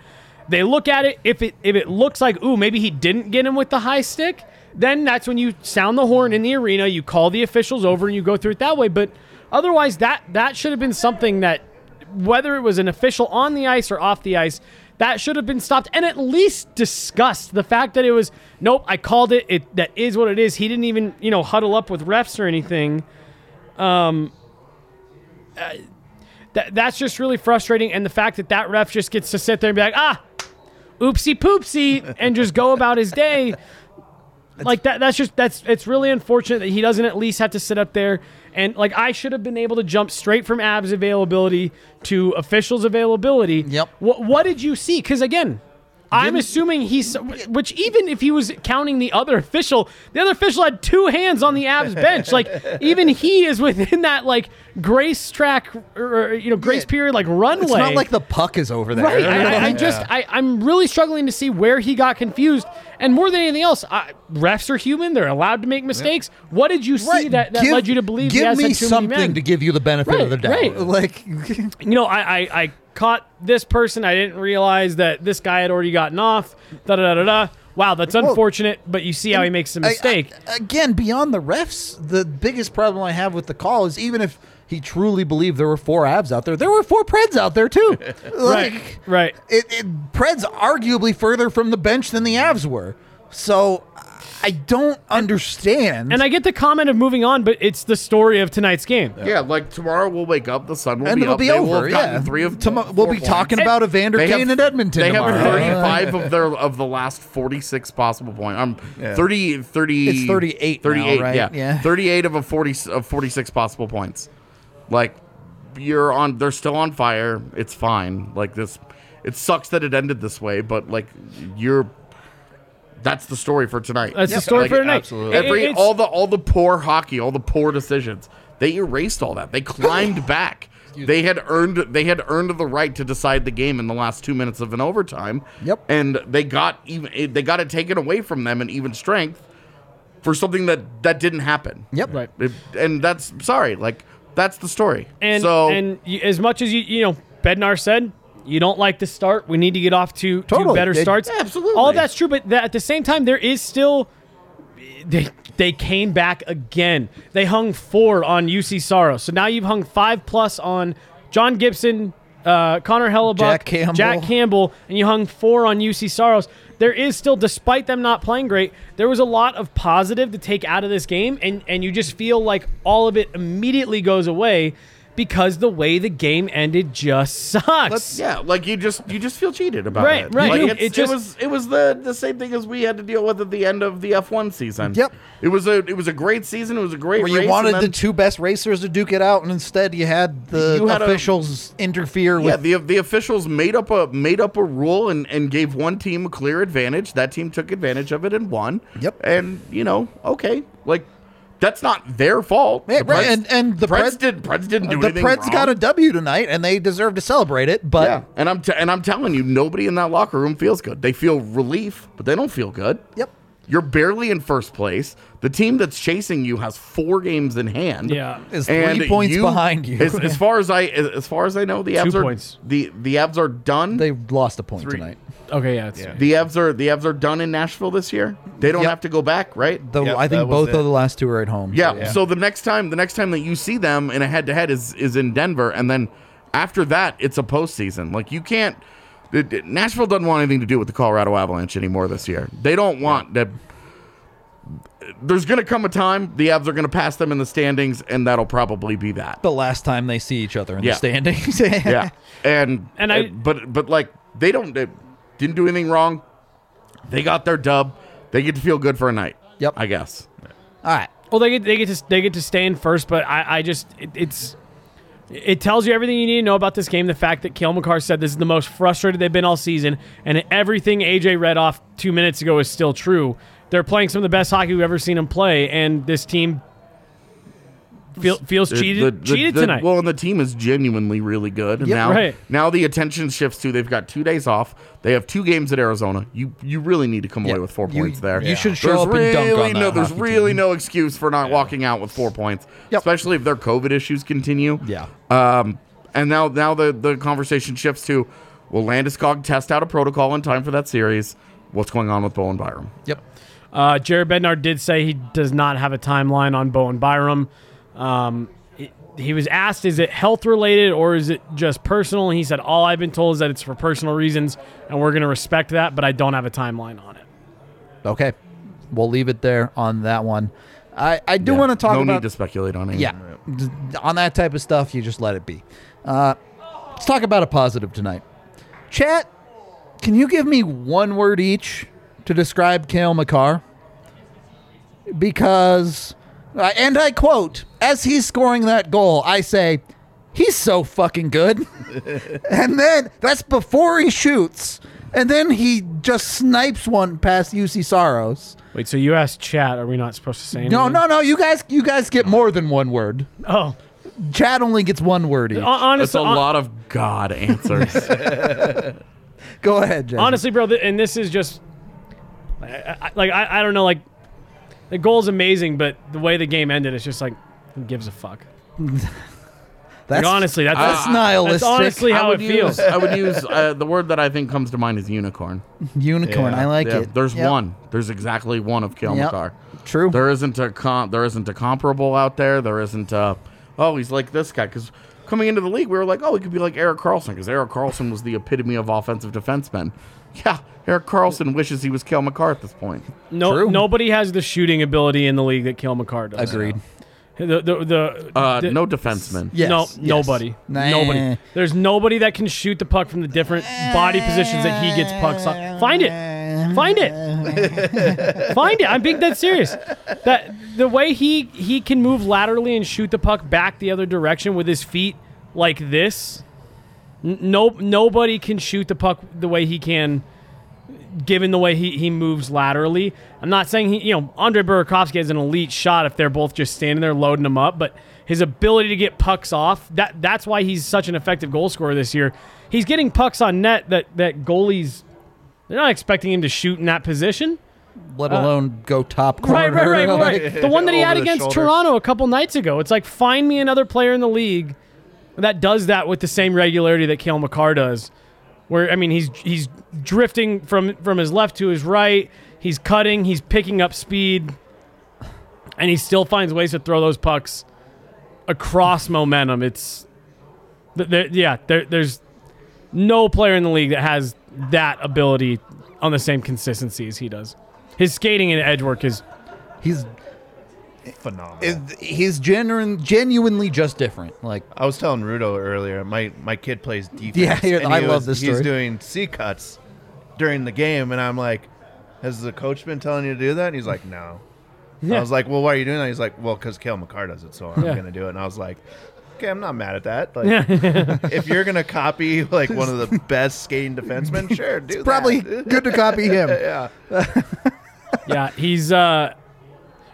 C: They look at it. If it if it looks like ooh, maybe he didn't get him with the high stick, then that's when you sound the horn in the arena. You call the officials over and you go through it that way. But otherwise, that that should have been something that whether it was an official on the ice or off the ice. That should have been stopped and at least discussed the fact that it was nope. I called it. It that is what it is. He didn't even you know huddle up with refs or anything. that that's just really frustrating. And the fact that that ref just gets to sit there and be like, ah, oopsie poopsie, and just go about his day. Like that. That's just that's. It's really unfortunate that he doesn't at least have to sit up there and like I should have been able to jump straight from abs availability to officials availability.
B: Yep.
C: What What did you see? Because again, I'm assuming he's, which even if he was counting the other official, the other official had two hands on the abs bench. Like even he is within that like grace track or, or, you know grace
B: Yeah.
C: period like runway.
B: it's not like the puck is over there.
C: right. I, I- I just I, I'm really struggling to see where he got confused. And more than anything else, I, refs are human. They're allowed to make mistakes. What did you see
B: Right,
C: that, that
B: give-
C: led you to believe? he
B: Give
C: has
B: me
C: had too many men?
B: something to give you the benefit of
C: Right,
B: the doubt.
C: right.
B: Like,
C: you know, I, I, I caught this person. I didn't realize that this guy had already gotten off. Da da da da. da. Wow, that's unfortunate. but you see how he makes a
B: I- I-
C: mistake.
B: again, beyond the refs, the biggest problem I have with the call is even if he truly believed there were four abs out there, there were four Preds out there too. like,
C: right.
B: It, it Preds arguably further from the bench than the abs were. So I don't understand.
C: and I get the comment of moving on, but it's the story of tonight's game.
D: Yeah, like tomorrow we'll wake up, the sun will
B: and
D: be
B: it'll
D: up.
B: be
D: they will
B: over.
D: have
B: Yeah,
D: gotten three of
B: Tomo-
D: four
B: we'll be
D: points.
B: talking about Evander
D: They have-
B: Kane and Edmonton
D: They
B: tomorrow. Uh,
D: have 35 of their of the last 46 possible points. Um, I'm 30 30
B: It's 38 now,
D: 38,
B: right?
D: yeah.
B: Yeah.
D: 38 of a 40 of 46 possible points. Like you're on they're still on fire. It's fine. Like this it sucks that it ended this way, but like you're That's the story for tonight.
C: That's the story
D: Like,
C: for tonight.
E: absolutely.
C: It- it-
D: Every
C: it's-
D: all the all the poor hockey, all the poor decisions. They erased all that. They climbed back. They had earned they had earned the right to decide the game in the last two minutes of an overtime.
B: Yep.
D: And they got even it- they got it taken away from them in even strength for something that that didn't happen.
B: Yep.
C: Right.
D: It- and that's sorry. Like that's the story.
C: And
D: so
C: and y as much as you you know, Bednar said you don't like the start. We need to get off to, to
B: Totally.
C: better
B: They-
C: starts.
D: Absolutely.
C: all that's true. But that, at the same time, there is still they they came back again. They hung four on UC Soros. So now you've hung five plus on John Gibson, uh, Connor Hellebuck,
B: Jack Campbell.
C: Jack Campbell, and you hung four on UC Soros. There is still, despite them not playing great, there was a lot of positive to take out of this game, and and you just feel like all of it immediately goes away because the way the game ended just sucks.
D: Let's- yeah, like you just you just feel cheated about
C: Right,
D: it.
C: right.
D: Like
C: You do.
D: it's-
C: It
D: it,
C: just-
D: was it was the the same thing as we had to deal with at the end of the F one season.
B: Yep.
D: It was a it was a great season. It was a great.
B: Where
D: race,
B: you wanted
D: and
B: the
D: then-
B: two best racers to duke it out, and instead you had the
D: You had a-
B: officials interfere
D: Yeah,
B: with.
D: the the officials made up a made up a rule and, and gave one team a clear advantage. That team took advantage of it and won.
B: Yep.
D: And you know, okay, like that's not their fault.
B: Yeah,
D: The
B: right,
D: Preds-
B: and- and the
D: Preds
B: Pred-
D: did Preds didn't do
B: the
D: anything.
B: Preds
D: wrong.
B: got a W tonight, and they deserve to celebrate it. But
D: Yeah, and I'm t- and I'm telling you, nobody in that locker room feels good. They feel relief, but they don't feel good.
B: Yep.
D: You're barely in first place. The team that's chasing you has four games in hand.
C: Yeah.
B: Is three points behind you.
D: As, as far as I as far as I know, the Abs are
C: points.
D: the the Abs are done.
B: they lost a point tonight.
C: Okay, yeah, it's,
D: the Abs are the Abs are done in Nashville this year. They don't
B: Yep.
D: have to go back, right?
B: The,
E: Yep,
B: I
E: that
B: think
E: was
B: both of
E: it.
B: the last two are at home.
D: Yeah. So the next time, the next time that you see them in a head to head is is in Denver, and then after that, it's a postseason. Like you can't. it- it- Nashville doesn't want anything to do with the Colorado Avalanche anymore this year. They don't want that. There's going to come a time the Avs are going to pass them in the standings, and that'll probably be that.
B: the last time they see each other in
D: Yeah.
B: the standings.
D: yeah, and
C: And
D: and
C: I-
D: I, but but like they don't they didn't do anything wrong. They got their dub. They get to feel good for a night.
B: Yep.
D: I guess.
B: All right.
C: Well, they get they get to they get to stay in first, but I, I just it, it's it tells you everything you need to know about this game. The fact that Kale McCarr said this is the most frustrated they've been all season, and everything AJ read off two minutes ago is still true. They're playing some of the best hockey we've ever seen them play, and this team feel, feels
D: The-
C: cheated
D: the- the-
C: cheated
D: the-
C: tonight.
D: Well, and the team is genuinely really good. And
C: Yeah,
D: now,
C: right.
D: now the attention shifts to they've got two days off. They have two games at Arizona. You you really need to come away with four
B: You-
D: points there.
B: you Yeah. should show up and dunk on
D: no,
B: that
D: There's
B: hockey
D: really
B: team.
D: no excuse for not walking out with four points,
B: Yep.
D: especially if their COVID issues continue.
B: Yeah.
D: Um, and now now the the conversation shifts to will Landeskog test out a protocol in time for that series? What's going on with Bowen Byram?
B: Yep.
C: Uh, Jared Bednar did say he does not have a timeline on Bowen Byram. Um, he- he was asked, is it health related or is it just personal? And he said, all I've been told is that it's for personal reasons, and we're going to respect that, but I don't have a timeline on it.
B: Okay. We'll leave it there on that one. I, I do want to talk
D: no
B: about
D: need to speculate on it.
B: yeah D- on that type of stuff. You just let it be. Uh, let's talk about a positive tonight. Chat, can you give me one word each to describe Kale McCarr? Because, uh, and I quote, as he's scoring that goal, I say, he's so fucking good. and then that's before he shoots. And then he just snipes one past UC Soros.
C: Wait, so you asked chat, are we not supposed to say anything?
B: No, no, no. You guys, you guys get more than one word.
C: Oh,
B: Chad only gets one word each.
D: That's
C: honestly,
D: a lot of God answers.
B: Go ahead, Jason.
C: honestly, bro, th- and this is just I- I- like I, I don't know, like the goal's amazing, but the way the game ended, it's just like who gives a fuck? Like,
B: that's
C: honestly, that's,
B: that's
C: that's,
B: nihilistic.
C: honestly
D: I
C: how it
D: would use-
C: feels.
D: I would use uh, the word that I think comes to mind is unicorn.
B: unicorn.
E: Yeah.
B: I like
D: Yeah,
B: it.
D: there's
B: Yep.
D: one. There's exactly one of
B: Yep.
D: Kilmacar.
B: True.
D: There isn't a com- there isn't a comparable out there. There isn't a oh he's like this guy because coming into the league we were like oh he could be like Eric Carlson because Eric Carlson was the epitome of offensive defenseman. Yeah, Eric Carlson wishes he was Kale McCarr at this point.
C: No,
B: True.
C: nobody has the shooting ability in the league that Kale McCarr does.
B: Agreed.
C: The, the, the,
D: Uh,
C: the-
D: no defenseman.
B: Yes.
C: no,
B: yes.
C: nobody,
B: Nah.
C: nobody. There's nobody that can shoot the puck from the different body positions that he gets pucks on. Find it, find it, find it. I'm being dead serious. That the way he he can move laterally and shoot the puck back the other direction with his feet like this. n- No, nobody can shoot the puck the way he can given the way he, he moves laterally. I'm not saying he, you know, Andre Burakovsky has an elite shot if they're both just standing there loading him up, but his ability to get pucks off, that that's why he's such an effective goal scorer this year. He's getting pucks on net that that goalies they're not expecting him to shoot in that position.
B: let alone go top corner.
C: Right, right, right, right.
B: Like,
C: the one that he
E: Over
C: had
E: the
C: against
E: shoulder.
C: Toronto a couple nights ago. It's like find me another player in the league that does that with the same regularity that Kale McCarr does. Where I mean, he's he's drifting from from his left to his right. He's cutting. He's picking up speed, and he still finds ways to throw those pucks across momentum. It's th- there, yeah. There, there's no player in the league that has that ability on the same consistency as he does. His skating and edge work is
B: He's
E: Phenomenal.
B: he's genuine, genuinely just different. Like
E: I was telling Rudo earlier, my my kid plays defense.
B: Yeah, here-
E: and he
B: I love
E: was-
B: this
E: He's
B: story.
E: doing C cuts during the game, and I'm like, "Has the coach been telling you to do that?" And he's like, "No." I was like, "Well, why are you doing that?" He's like, "Well, because Kale McCarr does it, so I'm
C: Yeah.
E: gonna do it." And I was like, "Okay, I'm not mad at that. Like, if you're gonna copy like one of the best skating defensemen, sure, do that.
B: probably good to copy him.
E: yeah,
C: yeah, he's uh,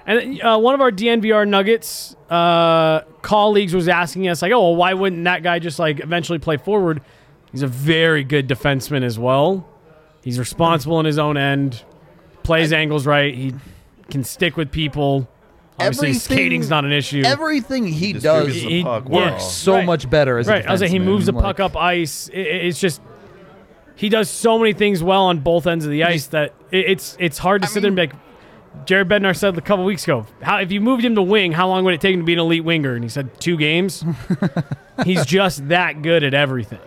C: and uh, one of our DNVR Nuggets uh, colleagues was asking us like, oh, well, why wouldn't that guy just like eventually play forward? He's a very good defenseman as well. He's responsible in his own end, plays angles right. He can stick with people. Obviously,
B: Everything-
C: skating's not an issue.
B: Everything he
E: Distributes
B: does
E: the
C: He-
E: puck
C: yeah.
E: well.
B: so
C: Right.
B: much better as
C: right,
B: a
C: I was like, he
B: defenseman.
C: moves the
B: Like,
C: puck up ice. I- I- it's just he does so many things well on both ends of the ice that it, it's it's hard to sit there and be like. Jared Bednar said a couple weeks ago, how, if you moved him to wing, how long would it take him to be an elite winger? And he said two games. He's just that good at everything.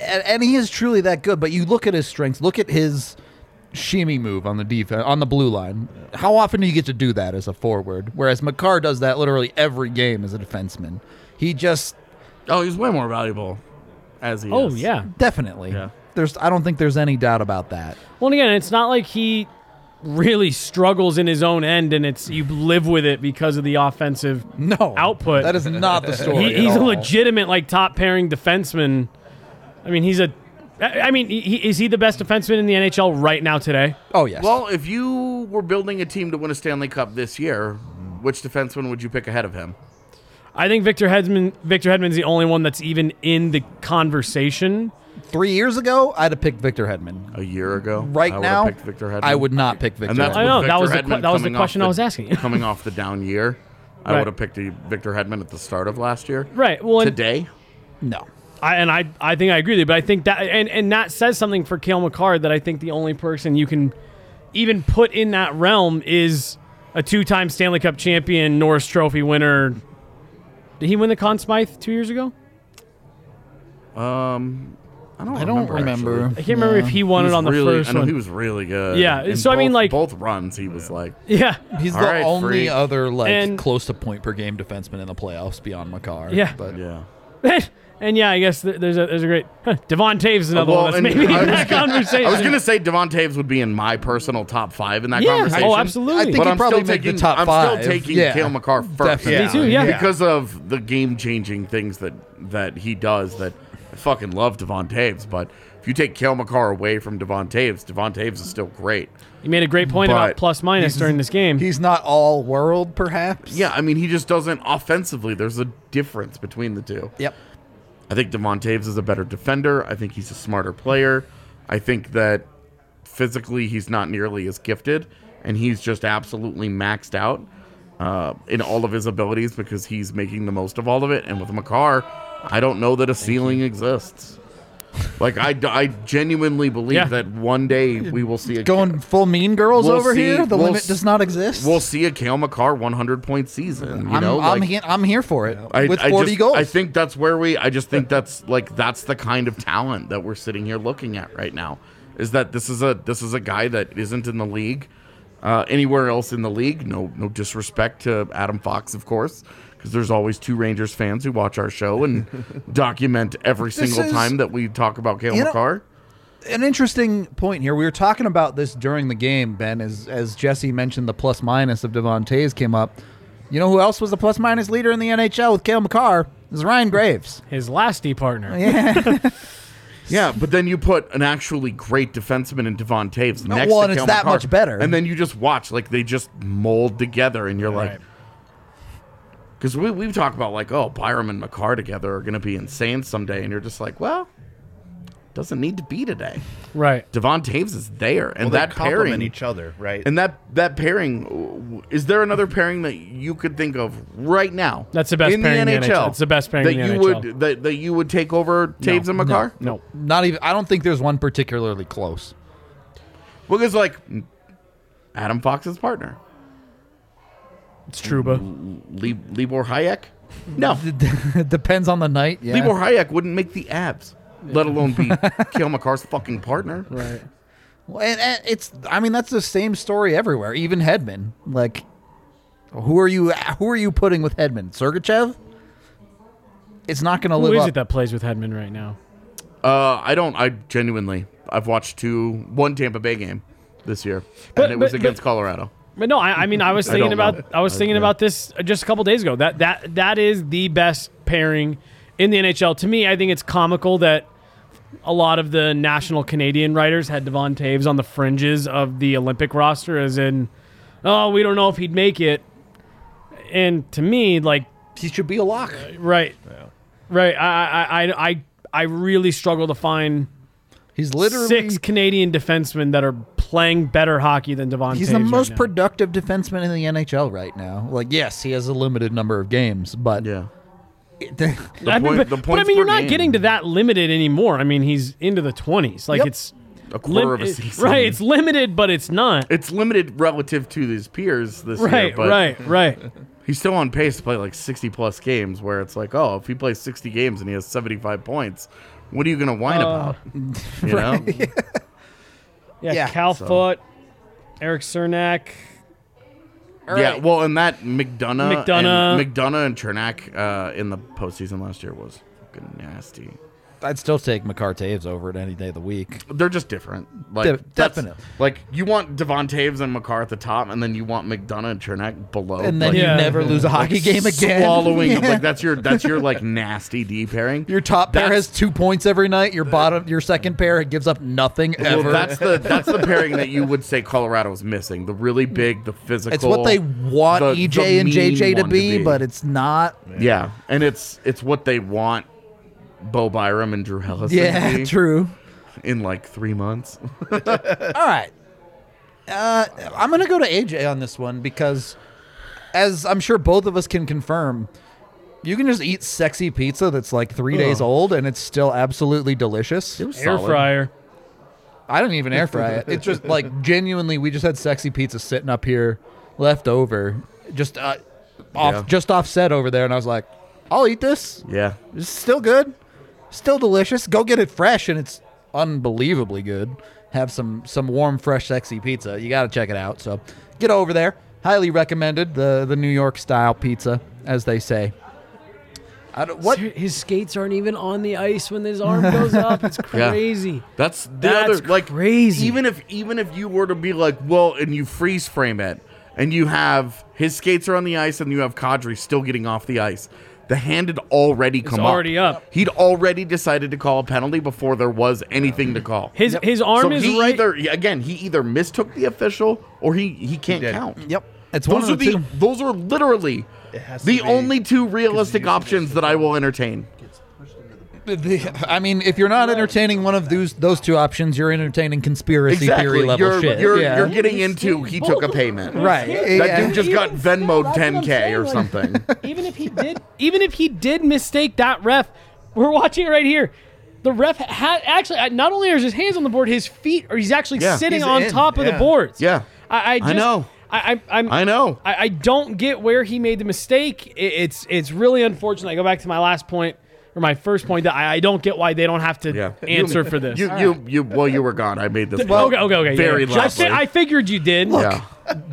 B: and, and he is truly that good. But you look at his strengths. Look at his shimmy move on the defense on the blue line. How often do you get to do that as a forward? Whereas McCarr does that literally every game as a defenseman. He just
D: Oh, he's way more valuable as he
C: Oh
D: is.
C: yeah.
B: definitely.
D: Yeah.
B: There's I don't think there's any doubt about that.
C: Well, and again, it's not like he really struggles in his own end, and it's you live with it because of the offensive.
B: No
C: Output.
B: That is not the story.
C: He,
B: at
C: he's a
B: all.
C: legitimate like top pairing defenseman. I mean, he's a. I I mean, he, is he the best defenseman in the NHL right now today?
B: Oh yes.
D: Well, if you were building a team to win a Stanley Cup this year, which defenseman would you pick ahead of him?
C: I think Victor Hedman. Victor Hedman's the only one that's even in the conversation.
B: Three years ago, I'd have picked Victor Hedman.
D: A year ago,
B: Right
D: I would've
B: now,
D: picked Victor Hedman.
B: I would not pick Victor.
D: And that's
C: I
B: Hedman.
D: with
C: know, that
D: Victor
C: was the que-
D: Hedman
C: that was the
D: coming off
C: question I was asking.
D: coming off the down year, I
C: Right.
D: would have picked the Victor Hedman at the start of last year.
C: Right. Well, and,
D: Today,
B: No.
C: I, and I, I think I agree with you, but I think that and, and that says something for Kale McCarr that I think the only person you can even put in that realm is a two-time Stanley Cup champion, Norris Trophy winner. Did he win the Conn Smythe two years ago?
D: um, I don't.
B: I don't
D: remember.
B: remember.
D: actually.
C: I can't remember if he
D: He
C: won
D: was
C: it on the
D: really,
C: first
D: I know
C: one.
D: he was really good.
C: Yeah,
D: In
C: so I mean,
D: both-
C: like-
D: both runs, he was like
C: yeah,
B: He's
D: All
B: the
D: right,
B: only
D: freak.
B: other like
C: And-
B: close to point per game defenseman in the playoffs beyond McCarr.
C: Yeah.
B: But
D: yeah.
C: and yeah, I guess th- there's a there's a great Devon Taves another
D: Well,
C: one that's
D: and
C: maybe in
D: I was
C: that
D: gonna-
C: conversation.
D: I was gonna say Devon Taves would be in my personal top five in that
C: Yeah.
D: conversation.
C: Oh, absolutely. I think
D: but
B: he'd
D: I'm
B: probably
D: still
B: make the
D: taking
B: top
D: I'm
B: five.
D: still taking
B: Yeah.
D: Kale McCarr first.
B: Definitely.
C: Me too, yeah.
D: Because of the game changing things that that he does that I fucking love Devon Taves, but if you take Kale McCarr away from Devon Taves, Devon Taves is still great.
C: you made a great point about
D: But
C: plus minus during this game.
B: he's not all world, perhaps.
D: Yeah, I mean he just doesn't offensively, there's a difference between the two.
B: Yep.
D: I think Devon Taves is a better defender. I think he's a smarter player. I think that physically he's not nearly as gifted, and he's just absolutely maxed out uh, in all of his abilities because he's making the most of all of it. And with Makar, I don't know that a ceiling exists. Like I, I genuinely believe
C: Yeah.
D: that one day we will see a
B: Going full mean girls
D: We'll
B: over
D: see.
B: here. The
D: We'll
B: limit
D: s-
B: does not exist.
D: we'll see a Kale Makar 100 point season. You
B: I'm,
D: know,
B: I'm,
D: Like,
B: he- I'm here for it
D: I,
B: with
D: I
B: 40
D: just,
B: goals.
D: I think that's where we. I just think that's like that's the kind of talent that we're sitting here looking at right now. Is that this is a this is a guy that isn't in the league uh, anywhere else in the league. No no disrespect to Adam Fox, of course, because there's always two Rangers fans who watch our show and document every single
B: is-
D: time that we talk about Kale
B: You know-
D: McCarr.
B: An interesting point here. We were talking about this during the game, Ben, as as Jesse mentioned the plus minus of Devontae's came up. You know who else was the plus minus leader in the NHL with Kale McCarr? It was Ryan Graves.
C: His last D partner.
B: Yeah.
D: Yeah, but then you put an actually great defenseman in Devon Taves next
B: well,
D: to
B: and it's
D: Kale
B: that
D: McCarr,
B: much better.
D: And then you just watch like they just mold together, and you're like,
C: Right.
D: because we we've talked about like oh Byram and McCarr together are going to be insane someday, and you're just like, well, doesn't need to be today.
C: Right.
D: Devon Taves is there, and
E: Well, they
D: that
E: complement
D: pairing
E: each other, right?
D: and that that pairing, w- is there another pairing that you could think of right now?
C: That's the best pairing in the NHL. It's the best pairing
D: that
C: in the
D: you
C: NHL.
D: would that, that you would take over Taves and McCarr.
C: No.
B: Not even. I don't think there's one particularly close.
D: because like Adam Fox's partner,
C: It's Truba.
D: Le- Libor Hayek. No,
B: it depends on the night. Yeah.
D: Libor Hayek wouldn't make the abs, let alone be Kale McCarr's fucking partner.
C: Right.
B: Well, and, and it's I mean that's the same story everywhere. Even Hedman, like, who are you? Who are you putting with Hedman? Sergachev? It's not going to
C: Who
B: live
C: is
B: up.
C: it that plays with Hedman right now?
D: Uh, I don't. I genuinely, I've watched two, one Tampa Bay game this year,
C: But-
D: and it was
C: but- but-
D: against Colorado.
C: But no, I, I mean, I was
D: I
C: thinking
D: don't
C: about
D: know.
C: I was thinking about this uh, just a couple days ago. That that that is the best pairing in the NHL to me. I think it's comical that a lot of the national Canadian writers had Devon Taves on the fringes of the Olympic roster, as in, oh, we don't know if he'd make it. And to me, like
B: He should be a lock.
C: right, right, I I I I, I really struggle to find
B: He's literally
C: six Canadian defensemen that are playing better hockey than Devon.
B: He's
C: Taves
B: the
C: right
B: most
C: now.
B: productive defenseman in the NHL right now. Like, yes, he has a limited number of games, but
D: Yeah. The
C: I mean,
D: point-
C: but,
D: the
C: but I
D: points
C: mean, you're
D: per
C: not
D: game.
C: getting to that limited anymore. I mean, he's into the 20s. Like
B: Yep.
C: it's
D: a quarter
C: lim-
D: of a season.
C: right. It's limited, but it's not.
D: it's limited relative to his peers this year,
C: right,
D: but
C: right, right.
D: he's still on pace to play like 60 plus games where it's like, oh, if he plays 60 games and he has 75 points, what are you going to
C: Uh,
D: whine about? You know?
C: Yeah,
B: Yeah,
C: Calfoot, Eric Cernak.
D: Yeah, well, and that McDonough,
C: McDonough.
D: and, McDonough and Chernak uh, in the postseason last year was fucking nasty.
B: I'd still take McCarr Taves over it any day of the week.
D: They're just different. Like
B: De-
D: that's-
B: definitely.
D: Like you want Devon Taves and McCarr at the top, and then you want McDonough and Chernak below.
B: And then
D: like,
B: you
C: Yeah.
B: never lose a hockey game again.
D: Swallowing
B: Yeah.
D: like that's your that's your like nasty D pairing.
B: your top pair
D: That's-
B: has two points every night. Your bottom, your second pair, it gives up nothing
D: Well,
B: ever.
D: that's the that's the pairing that you would say Colorado's missing. The really big, the physical.
B: it's what they want
D: the-
B: EJ
D: the
B: and
D: mean
B: JJ to
D: one
B: be, but it's not.
D: yeah, and it's it's what they want. Bo Byram and Drew Ellis. to
B: Yeah,
D: be
B: true.
D: In like three months,
B: All right. Uh, I'm going to go to AJ on this one because, as I'm sure both of us can confirm, you can just eat sexy pizza that's like three days old and it's still absolutely delicious.
C: Air fryer.
B: I didn't even air fry it. It's just like genuinely, we just had sexy pizza sitting up here, left over, just uh, off,
D: Yeah.
B: just offset over there, and I was like, I'll eat this.
D: yeah.
B: It's still good, still delicious. Go get it fresh, and it's unbelievably good. Have some some warm, fresh, sexy pizza. You got to check it out. So get over there. Highly recommended the the New York style pizza, as they say. I don't, what
C: His skates aren't even on the ice when his arm goes up. It's crazy.
D: That's the
C: That's
D: other like
C: crazy.
D: Even if even if you were to be like, well, and you freeze frame it, and you have his skates are on the ice, and you have Kadri still getting off the ice. The hand had already come
C: already up.
D: He'd already decided to call a penalty before there was anything to call.
C: His his arm
D: so
C: is
D: he
C: right.
D: either again he either mistook the official or he he can't
E: did.
D: count.
B: Yep, it's one
D: Those
B: of
D: are
B: the,
D: the
B: two.
D: those are literally
E: has to
D: the
E: be-
D: only two realistic options that I will entertain.
B: The- I mean, if you're not entertaining one of those those two options, you're entertaining conspiracy
D: Exactly.
B: theory level
D: You're,
B: shit.
D: you're,
B: yeah.
D: you're getting into he took a payment.
B: right.
D: That
B: yeah.
D: dude just got
C: Even still,
D: Venmoed
C: that's what I'm
D: 10k or
C: saying, like-
D: something.
C: even if he did, even if he did mistake that ref, we're watching it right here. The ref ha- actually uh, not only are his hands on the board, his feet are he's actually
D: Yeah.
C: sitting
E: He's
C: on
E: in,
C: top of the
E: yeah.
C: boards.
D: Yeah.
C: I, I, just,
D: know.
C: I, I, I'm,
D: I know.
C: I, I don't get where he made the mistake. I- it's it's really unfortunate. I go back to my last point or my first point that I, I don't get why they don't have to
D: Yeah.
C: answer for this.
D: You you you well you were gone. I made this.
C: okay, okay, okay.
D: Very
C: yeah. I, fi-
D: loudly.
C: I figured you did.
D: yeah.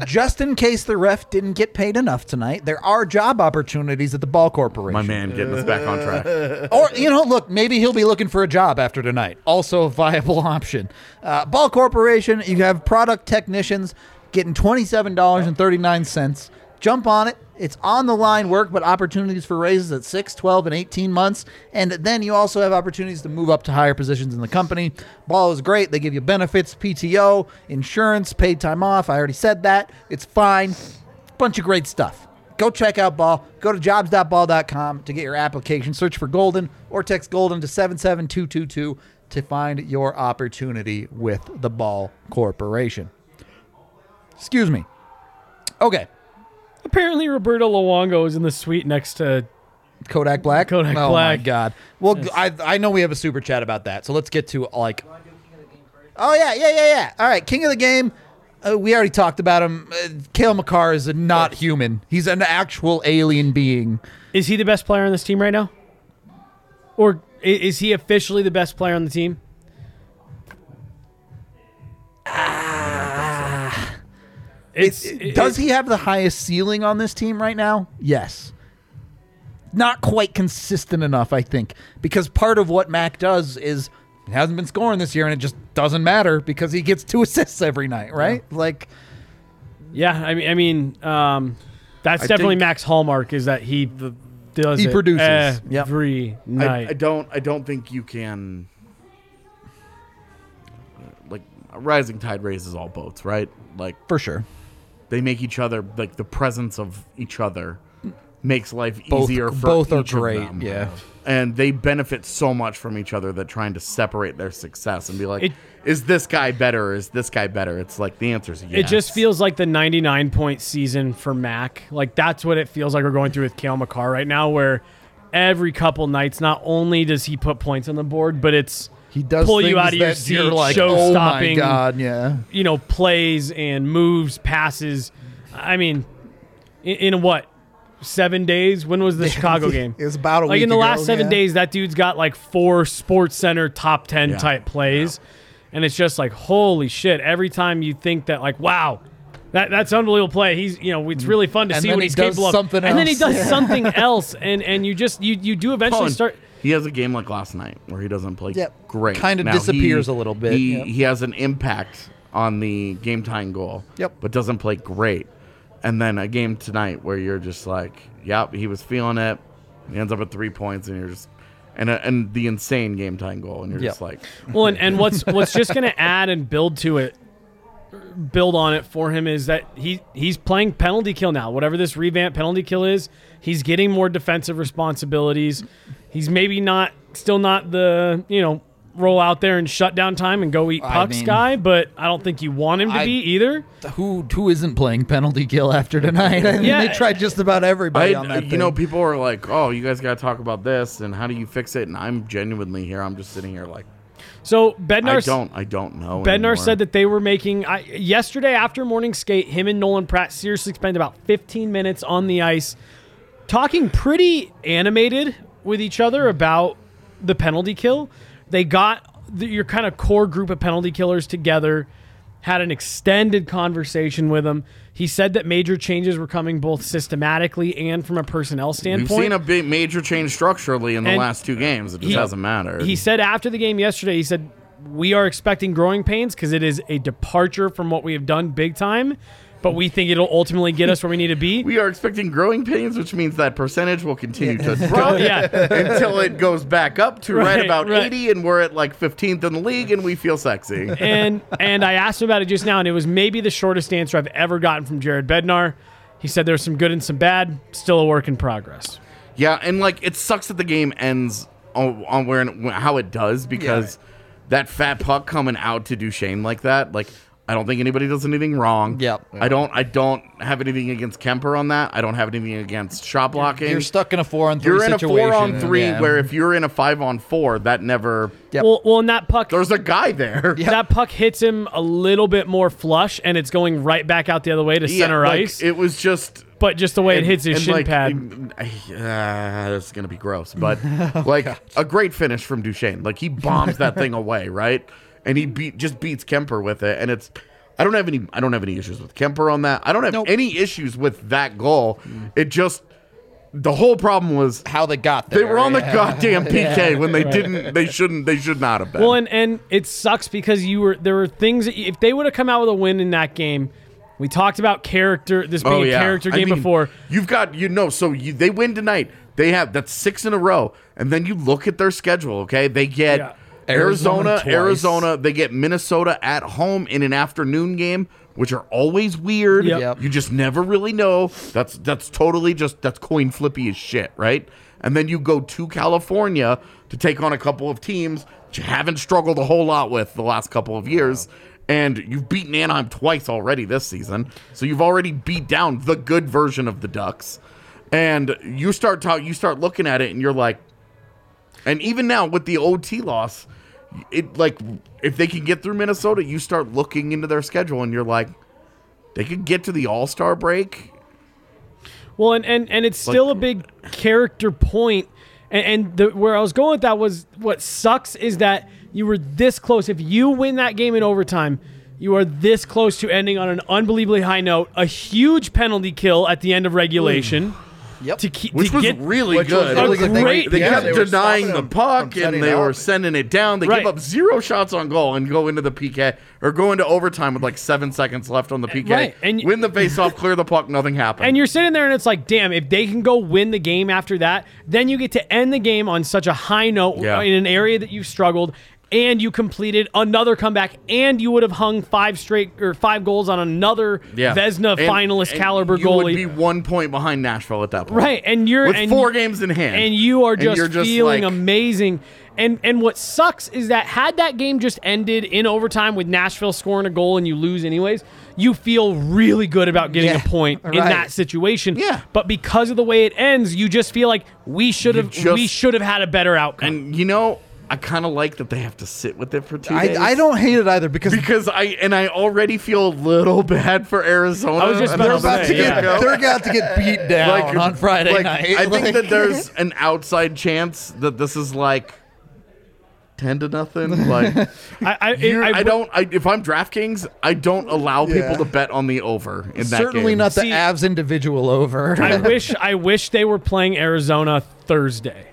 B: just in case the ref didn't get paid enough tonight, there are job opportunities at the ball corporation.
D: My man getting us back on track.
B: Or you know, look, maybe he'll be looking for a job after tonight. Also a viable option. Uh, Ball Corporation, you have product technicians getting twenty seven dollars and thirty nine cents. Jump on it. It's on the line work, but opportunities for raises at 6, 12, and 18 months. And then you also have opportunities to move up to higher positions in the company. Ball is great. They give you benefits, PTO, insurance, paid time off. I already said that. It's fine. Bunch of great stuff. Go check out Ball. Go to jobs.ball.com to get your application. Search for Golden or text Golden to 77222 to find your opportunity with the Ball Corporation. Excuse me. Okay.
C: Apparently, Roberto Luongo is in the suite next to.
B: Kodak Black.
C: Kodak
B: oh my
C: Black.
B: God. Well, I I know we have a super chat about that, so let's get to like. Oh yeah, yeah, yeah, yeah. All right, King of the Game. Uh, we already talked about him. Uh, Kale McCarr is a not human. He's an actual alien being.
C: Is he the best player on this team right now? Or i- is he officially the best player on the team? It's, it-
B: Does he have the highest ceiling on this team right now? Yes. Not quite consistent enough, I think, because part of what Mac does is he hasn't been scoring this year, and it just doesn't matter because he gets two assists every night, right? Like,
C: Yeah, I mean, I mean, um, that's
D: I
C: definitely
D: think-
C: Max Hallmark is that he does
B: He
C: it
B: produces. Yep.
C: every night.
D: I, I don't. I don't think you can. Like a rising tide raises all boats, right? Like
B: for sure.
D: they make each other like the presence of each other makes life
B: Both-
D: easier for
B: both are
D: each of
B: great,
D: them.
B: yeah.
D: and they benefit so much from each other that trying to separate their success and be like
C: It-
D: is this guy better is this guy better it's like the answer's yes.
C: it just feels like the 99 point season for Mac. Like that's what it feels like we're going through with Kale McCarr right now, where every couple nights, not only does he put points on the board, but it's
B: He does
C: pull you
B: things
C: out of your
B: that you're
C: seat,
B: like,
C: show
B: oh
C: stopping,
B: my god, yeah.
C: you know, plays and moves, passes. I mean, in, in what? Seven days? When was the Chicago game?
B: It was about a
C: like
B: week
C: in the
B: ago,
C: last seven
B: yeah.
C: days. That dude's got like four Sports Center top ten type plays, and it's just like holy shit. Every time you think that like wow, that that's unbelievable play. He's you know it's really fun to
B: And
C: see
B: then
C: what
B: he
C: he's
B: does
C: capable of.
B: something
C: And then he
B: else.
C: does
B: Yeah.
C: something else, and and you just you you do eventually
D: Colin,
C: start.
D: He has a game like last night where he doesn't play
B: Yep.
D: great.
B: Kind of
D: Now,
B: disappears
D: he-
B: a little bit,
D: He,
B: yep.
D: he has an impact on the game time goal.
B: Yep.
D: But doesn't play great. And then a game tonight where you're just like, yep, he was feeling it. He ends up at three points, and you're just, and and the insane game time goal, and you're
B: Yep.
D: just like,
C: Well, and, and what's what's just going to add and build to it, build on it for him is that he he's playing penalty kill now. Whatever this revamp penalty kill is, he's getting more defensive responsibilities. He's maybe not still not the you know roll out there and shut down time and go eat
B: I
C: pucks
B: mean-
C: guy, but I don't think you want him to
B: I-
C: be either.
B: Who who isn't playing penalty kill after tonight? I mean,
C: Yeah.
B: they tried just about everybody on
D: I,
B: that.
D: you
B: thing.
D: know, people are like, oh, you guys got to talk about this, and how do you fix it? And I'm genuinely here. I'm just sitting here like,
C: So
D: I
C: Bednar
D: don't, I don't know. anymore.
C: Bednar said that they were making I, yesterday after morning skate. Him and Nolan Pratt seriously spent about 15 minutes on the ice, talking pretty animated with each other about the penalty kill. They got the, your kind of core group of penalty killers together, had an extended conversation with them. He said that major changes were coming both systematically and from a personnel
D: We've
C: standpoint.
D: seen a big major change structurally in the
C: And
D: last two games. It just
C: he-
D: doesn't matter.
C: He said after the game yesterday, he said, We are expecting growing pains because it is a departure from what we have done big time, but we think it'll ultimately get us where we need to be.
D: we are expecting growing pains, which means that percentage will continue to drop
C: Yeah.
D: until it goes back up to right,
C: Right,
D: about
C: right.
D: 80, and we're at like 15th in the league, and we feel sexy.
C: and and I asked him about it just now, and it was maybe the shortest answer I've ever gotten from Jared Bednar. He said there's some good and some bad, still a work in progress.
D: yeah, and like it sucks that the game ends on, on where and how it does because that fat puck coming out to Duchesne like that, like. I don't think anybody does anything wrong.
B: Yep.
D: I don't. I don't have anything against Kemper on that. I don't have anything against shot blocking.
B: you're stuck in a four on 3
D: You're in a
B: situation.
D: four on three,
B: Yeah.
D: where if you're in a five on four, that never.
B: Yep.
C: Well, well, and that puck
D: There's a guy there.
C: that puck hits him a little bit more flush, and it's going right back out the other way to
D: Yeah,
C: center
D: like,
C: ice.
D: It was just.
C: but just the way it
D: and-
C: hits his
D: and,
C: shin
D: like,
C: pad.
D: Uh, it's gonna be gross, but
B: Oh,
D: like a great finish from Duchesne. Like he bombs that thing away, right? And he beat just beats Kemper with it, and it's. I don't have any. I don't have any issues with Kemper on that. I don't have
B: Nope. Mm.
D: any issues with that goal. It just. The whole problem was
B: how they got there.
D: they were on the
B: yeah.
D: goddamn PK when they didn't. They shouldn't. They should not have been.
C: Well, and, and it sucks because you were there were things that you, if they would have come out with a win in that game, We talked about character, this being
D: Oh, yeah.
C: a character
D: I
C: game
D: mean,
C: before.
D: You've got you know, so you, they win tonight. They have that's six in a row, and then you look at their schedule. Okay, they get
C: Yeah.
D: Arizona,
F: Arizona twice.
D: Arizona, They get Minnesota at home in an afternoon game, which are always weird.
C: Yep. Yep.
D: You just never really know. That's that's totally just that's coin flippy as shit, right? And then you go to California to take on a couple of teams that you haven't struggled a whole lot with the last couple of years. And you've beaten Anaheim twice already this season. So you've already beat down the good version of the Ducks. And you start talk, you start looking at it and you're like, and even now with the OT loss, it like if they can get through Minnesota, you start looking into their schedule and you're like, they could get to the All Star break.
C: Well, and and, and it's still a big character point. And, and the, where I was going with that was what sucks is that you were this close. If you win that game in overtime, you are this close to ending on an unbelievably high note. A huge penalty kill at the end of regulation.
B: Yep.
C: To keep
D: Which
C: to
D: was
C: get,
D: really
E: Which was
D: good.
C: really
D: It
C: good.
D: was-
C: They-
D: They,
C: Great.
E: yeah,
D: kept
E: they were
D: denying
E: stopping
D: the
E: them from
D: puck
E: setting
D: and they
E: up.
D: were sending it down. They
C: Right.
D: give up zero shots on goal and go into the PK or go into overtime with like seven seconds left on the PK.
C: right, and-
D: win the faceoff, clear the puck, nothing happened.
C: And you're sitting there and it's like, damn, if they can go win the game after that, then you get to end the game on such a high note
D: Yeah.
C: in an area that you've struggled and you completed another comeback and you would have hung five straight or five goals on another Vesna
D: And-
C: finalist
D: and
C: caliber
D: you
C: goalie.
D: Would be one point behind Nashville at that point.
C: Right, and you're
D: with
C: and
D: four
C: you-
D: games in hand,
C: and you are
D: And
C: just,
D: you're just
C: feeling
D: like-
C: amazing. And and what sucks is that had that game just ended in overtime with Nashville scoring a goal and you lose anyways, you feel really good about getting
B: Yeah,
C: a point in
B: right.
C: that situation.
D: Yeah.
C: But because of the way it ends, you just feel like we should have
D: just-
C: we should have had a better outcome.
D: And you know, I kind of like that they have to sit with it for two
B: I,
D: days.
B: I don't hate it either because
D: because I and I already feel a little bad for Arizona.
C: I was just
B: they're
C: about
B: about to
C: say,
B: get
C: yeah.
B: they're about to get beat down on Friday
D: like,
B: night.
D: I think
B: Like-
D: that there's an outside chance that this is like ten to nothing. Like
C: I I,
D: you're-
C: I-
D: I, don't. I, if I'm DraftKings, I don't allow people to bet on the over in that
B: certainly
D: game.
B: not the
C: See-
B: Avs individual over.
C: I wish I wish they were playing Arizona Thursday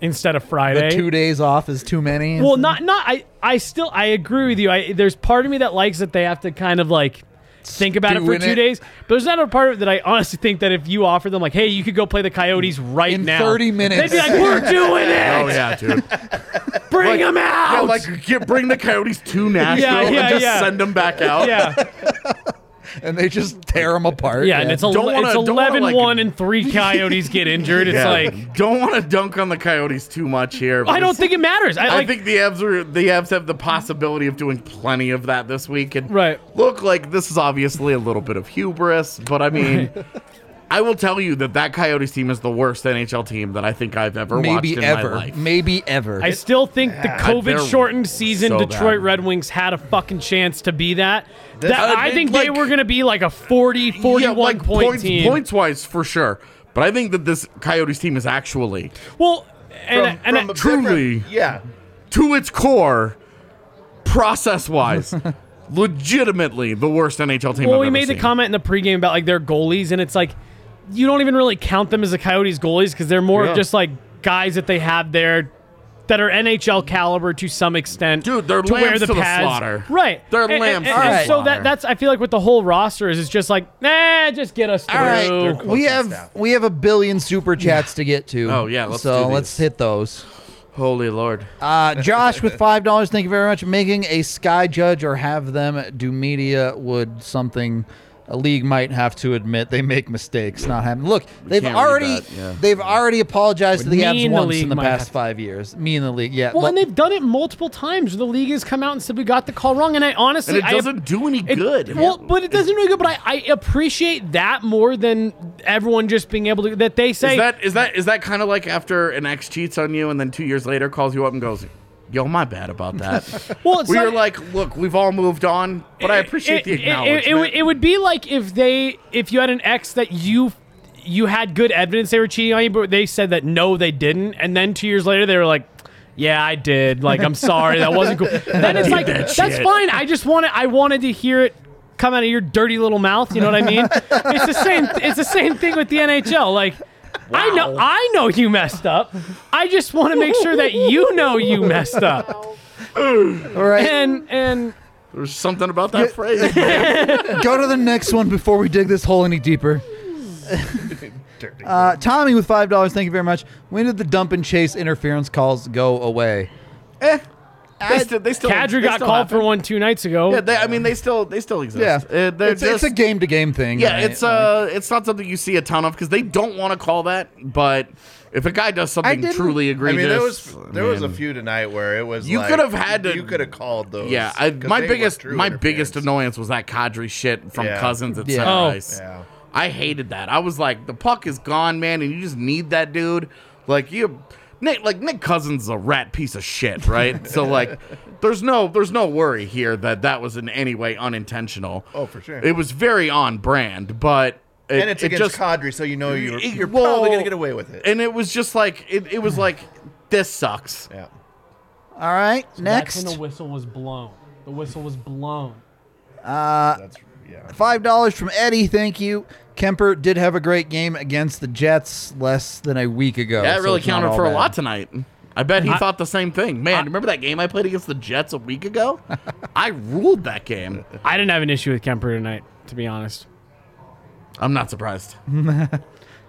C: instead of Friday.
B: the two days off is too many.
C: Well, not not I. I still I agree with you. I there's part of me that likes that they have to kind of like think about it
B: Stew
C: for
B: in
C: two
B: it.
C: days. But there's another part of it that I honestly think that if you offer them like, hey, you could go play the Coyotes right
B: In
C: now,
B: 30 minutes.
C: they'd be like, we're doing it.
D: Oh yeah, dude.
C: Bring them out.
D: Yeah, like get, bring the coyotes to Nashville
C: Yeah, yeah,
D: and just
C: yeah.
D: send them back out.
C: yeah, yeah,
B: and they just tear them apart.
C: and it's, a,
D: Don't wanna-
C: it's
D: don't wanna,
C: 11
D: like-
C: 1 and three Coyotes get injured. It's
D: Yeah.
C: like,
D: don't want to dunk on the coyotes too much here.
C: I don't
D: because
C: think it matters. I,
D: I
C: like,
D: think the Avs are the Avs have the possibility of doing plenty of that this week. And
C: Right.
D: look, like this is obviously a little bit of hubris, but I mean, I will tell you that that Coyotes team is the worst NHL team that I think I've ever watched
B: maybe
D: in my
B: ever,
D: life.
B: maybe ever.
C: I still think the
D: they're
C: COVID shortened season
D: so
C: Detroit
D: bad.
C: Red Wings had a fucking chance to be that. that
D: I
C: I think
D: think,
C: they
D: like-
C: were going to be like a 40, 41
D: yeah, like
C: point
D: points,
C: team.
D: points wise for sure. But I think that this Coyotes team is actually
C: Well, and,
E: From-
C: and
E: from a
D: truly-
E: different- Yeah.
D: to its core, process wise, legitimately the worst NHL team.
C: well,
D: I've
C: we
D: ever
C: made the
D: seen.
C: comment in the pregame about like their goalies, and it's like you don't even really count them as the Coyotes goalies because they're more
D: Yeah.
C: of just like guys that they have there that are NHL caliber to some extent.
D: Dude, they're
C: to where
D: lambs
C: the
D: to the
C: pads,
D: slaughter.
C: right?
D: They're
C: And- and-
D: lambs
C: and,
D: to the
C: and So that
D: slaughter.
C: that's I feel like with the whole roster is it's just like nah, just get us through.
B: All right, we have we have a billion super chats to get to.
D: Oh, yeah, let's
B: so
D: do these.
B: let's hit those.
D: Holy Lord.
B: Uh, Josh with five dollars, thank you very much. Making a sky judge or have them do media would something a league might have to admit they make mistakes. Not happen. Look, they've
D: can't read
B: already
D: that, yeah.
B: they've already apologized to the
C: Me
B: Avs
C: and the
B: once
C: league
B: in the
C: might
B: past
C: have-
B: five years. Me and the league, yeah.
C: Well,
B: but-
C: and they've done it multiple times. The league has come out and said we got the call wrong, and I honestly
D: And it
C: I-
D: doesn't do any
C: It-
D: good.
C: Well, but it doesn't really good. But I, I appreciate that more than everyone just being able to that they say.
D: is that is that is that kind of like after an ex cheats on you and then two years later calls you up and goes, "Yo, my bad about that."
C: well, it's
D: we
C: not-
D: were like, "Look, we've all moved on, but I appreciate
C: it,
D: the
C: it- It, it,
D: acknowledgement."
C: would- it would be like if they if you had an ex that you you had good evidence they were cheating on you, but they said that no, they didn't, and then two years later they were like. Yeah, I did. Like, I'm sorry, that wasn't cool. Then it's like,
D: that
C: that's
D: shit.
C: fine. I just wanted, I wanted to hear it come out of your dirty little mouth. You know what I mean? it's the same. It's the same thing with the NHL. Like, I know, I know you messed up. I just want to make sure that you know you messed up.
B: all right.
C: And and
D: There's something about that phrase.
B: Go to the next one before we dig this hole any deeper. uh, Tommy with five dollars. Thank you very much. When did the dump and chase interference calls go away?
D: they, st- they still
C: Kadri
D: they
C: got
D: still
C: called
D: happen.
C: for one two nights ago.
D: Yeah, they, I mean, they still they still exist.
B: Yeah,
D: Uh, they're
B: it's, it's
D: just-
B: a game to game thing.
D: Yeah,
B: right?
D: it's uh, it's not something you see a ton of because they don't want to call that. But if a guy does something
E: didn't-
D: truly
E: I
D: egregious,
E: mean, there was there was a
D: mean,
E: few tonight where it was
D: You
E: like,
D: could've had to-
E: you could have called those.
D: Yeah, I,
E: 'cause
D: my
E: they were
D: biggest
E: true
D: my biggest
E: interference.
D: annoyance was that Kadri shit from
E: Yeah.
D: Cousins at
B: Yeah.
D: Center
C: Oh.
D: Ice.
E: Yeah.
D: I hated that. I was like, the puck is gone, man, and you just need that dude. Like you, Nick, like Nick Cousins is a rat piece of shit, right? so like, there's no there's no worry here that that was in any way unintentional.
E: Oh, for sure.
D: It was very on brand, but it,
E: and it's
D: it just
E: against Kadri, so you know you're,
D: it-
E: you're
D: well,
E: probably gonna get away with it.
D: And it was just like it, it was like this sucks.
E: yeah.
B: all right.
C: That's when
B: next
C: the whistle was blown. The whistle was blown.
E: That's yeah.
B: five dollars from Eddie. Thank you. Kemper did have a great game against the Jets less than a week ago.
D: That
B: so
D: really
B: it's not
D: counted
B: all
D: for a
B: bad.
D: lot tonight. I bet he
C: I-
D: thought the same thing. Man, remember that game I played against the Jets a week ago? I ruled that game.
C: I didn't have an issue with Kemper tonight, to be honest.
D: I'm not surprised.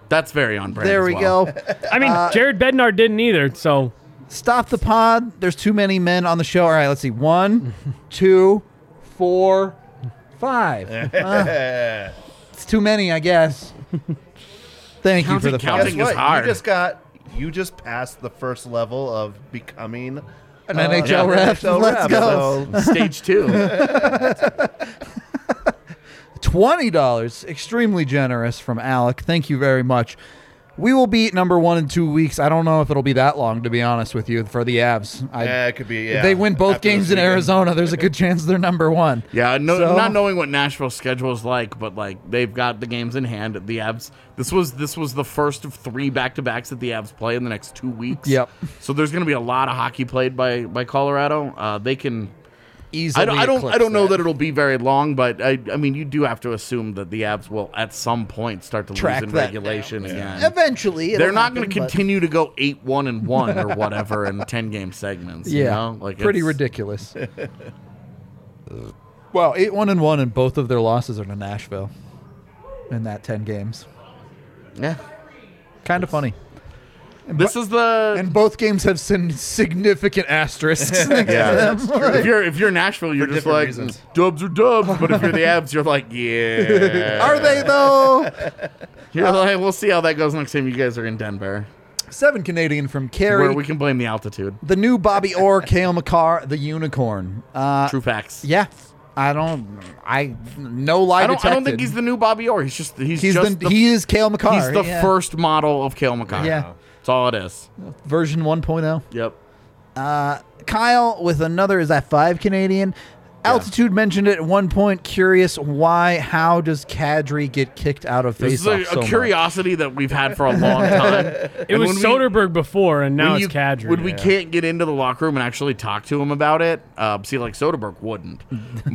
D: That's very on brand.
B: There
D: as
B: we
D: well.
B: go.
C: I mean, Jared Bednar didn't either. So
B: Stop the pod. There's too many men on the show. All right, let's see. One, two, four, five. Uh, it's too many, I guess. Thank you
D: Counting-
B: for
D: counting.
B: the five.
E: Guess
D: think it's
E: what?
D: hard.
E: You just got you just passed the first level of becoming
B: An NHL
D: uh, yeah,
B: ref.
E: so
B: let's
E: ref,
B: go.
E: so-
D: Stage two.
B: Twenty dollars, extremely generous from Alec. Thank you very much. We will be number one in two weeks. I don't know if it'll be that long, to be honest with you, for the Abs. I,
E: Yeah, it could be.
B: if
E: Yeah,
B: they win both
E: after this
B: games in
E: weekend.
B: Arizona, there's a good chance they're number one.
D: Yeah, no,
B: So-
D: not knowing what Nashville's schedule is like, but like they've got the games in hand. The Abs. This was this was the first of three back to backs that the Abs play in the next two weeks.
B: Yep.
D: So there's going to be a lot of hockey played by by Colorado. Uh, they can
B: Easily.
D: I don't, I don't, I
B: eclipse
D: don't know that. it'll be very long, but I, I mean, you do have to assume that the abs will at some point start to
B: Track
D: lose in
B: that
D: regulation again.
B: Eventually, it'll
D: They're not going to
B: happen, but-
D: continue to go eight one and one or whatever in ten game segments. you know? like
B: pretty
D: it's-
B: ridiculous. well, eight one and one, and both of their losses are to Nashville in that ten games.
D: Yeah,
B: Kind of funny.
D: this is the.
B: And both games have sin- significant asterisks.
D: yeah, if you're if you're Nashville, you're just
E: different
D: like
E: reasons.
D: dubs are dubs, but if you're the abs, you're like yeah.
B: are they though?
D: You're like, we'll see how that goes next time you guys are in Denver,
B: Seven Canadian from Kerry.
D: where we can blame the altitude.
B: the new Bobby Orr, Kale McCarr, the unicorn. Uh,
D: True facts.
B: yeah, I don't. I no lie
D: I don't. I don't think
B: detected.
D: he's the new Bobby Orr. He's just. He's,
B: He's
D: just
B: the, he is Kale McCarr.
D: He's the
B: yeah.
D: first model of Kale McCarr.
B: Yeah.
D: That's all it is.
B: version 1.0.
D: Yep.
B: Kyle with another is that five Canadian. Altitude mentioned it at one point. Curious why? How does Kadri get kicked out of
D: This is
B: face
D: a, a
B: so much?
D: curiosity that we've had for a long time.
C: it was Soderberg before, and now it's Kadri.
D: When we can't get into the locker room and actually talk to him about it, uh, see, like Soderberg wouldn't,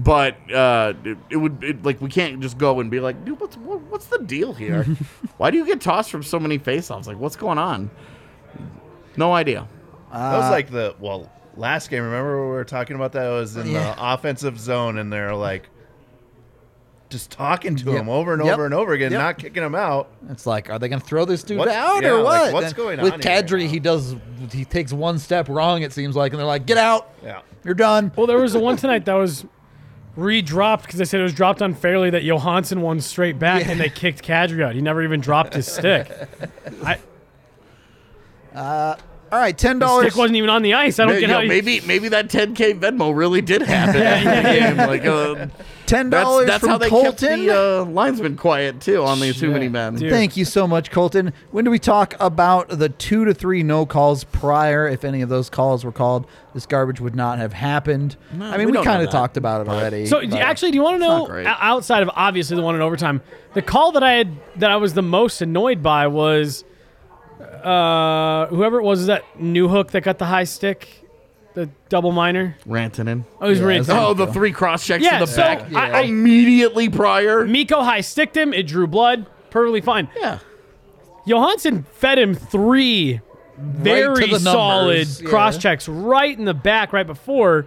D: but uh, it, it would it, like we can't just go and be like, dude, what's what, what's the deal here? Why do you get tossed from so many faceoffs? Like, what's going on? No idea.
E: That was like the well last game. Remember we were talking about that? It was in
B: Yeah.
E: the offensive zone, and they're like just talking to
B: Yep.
E: him over and
B: Yep.
E: over and over again,
B: Yep.
E: not kicking him out.
B: It's like, are they going to throw this dude
E: What-
B: out
E: yeah,
B: or
E: like,
B: what?
E: what's
B: And
E: going
B: with
E: on here?
B: Kadri? He does. He takes one step wrong. It seems like, and they're like, get out.
E: Yeah.
B: You're done.
C: Well, there was the one tonight that was re-dropped because they said it was dropped unfairly that Johansson won straight back and they kicked Kadri out. He never even dropped his stick. I,
B: All right, ten
C: the
B: dollars.
C: stick wasn't even on the ice. I don't
D: Maybe,
C: get how you-
D: maybe maybe that 10k Venmo really did happen after the game. Like, uh,
B: Ten
D: That's,
B: dollars
D: that's
B: from
D: how they kept
B: Colton.
D: the uh, linesman quiet too on the too many men.
C: dude.
B: Thank you so much, Colton. When do we talk about the two to three no calls prior? If any of those calls were called, this garbage would not have happened. I
D: we
B: mean, we,
D: don't know
B: kind of
D: that,
B: talked about it already.
C: So d-
B: but-
C: actually, do you want to
D: not
C: know
D: great.
C: o- outside of obviously the one in overtime, the call that I had that I was the most annoyed by was uh, whoever it was is that new hook that got the high stick, the double minor.
D: Rantanen.
C: Oh, he's
B: Yeah,
C: yeah,
B: that's-
D: Oh, the three cross checks
C: Yeah,
D: to the
C: so
D: back
C: I- I-
D: immediately prior.
C: Miko high sticked him. It drew blood. Perfectly fine.
D: yeah,
C: Johansson fed him three very
B: the
C: solid
B: numbers, yeah.
C: cross checks right in the back right before,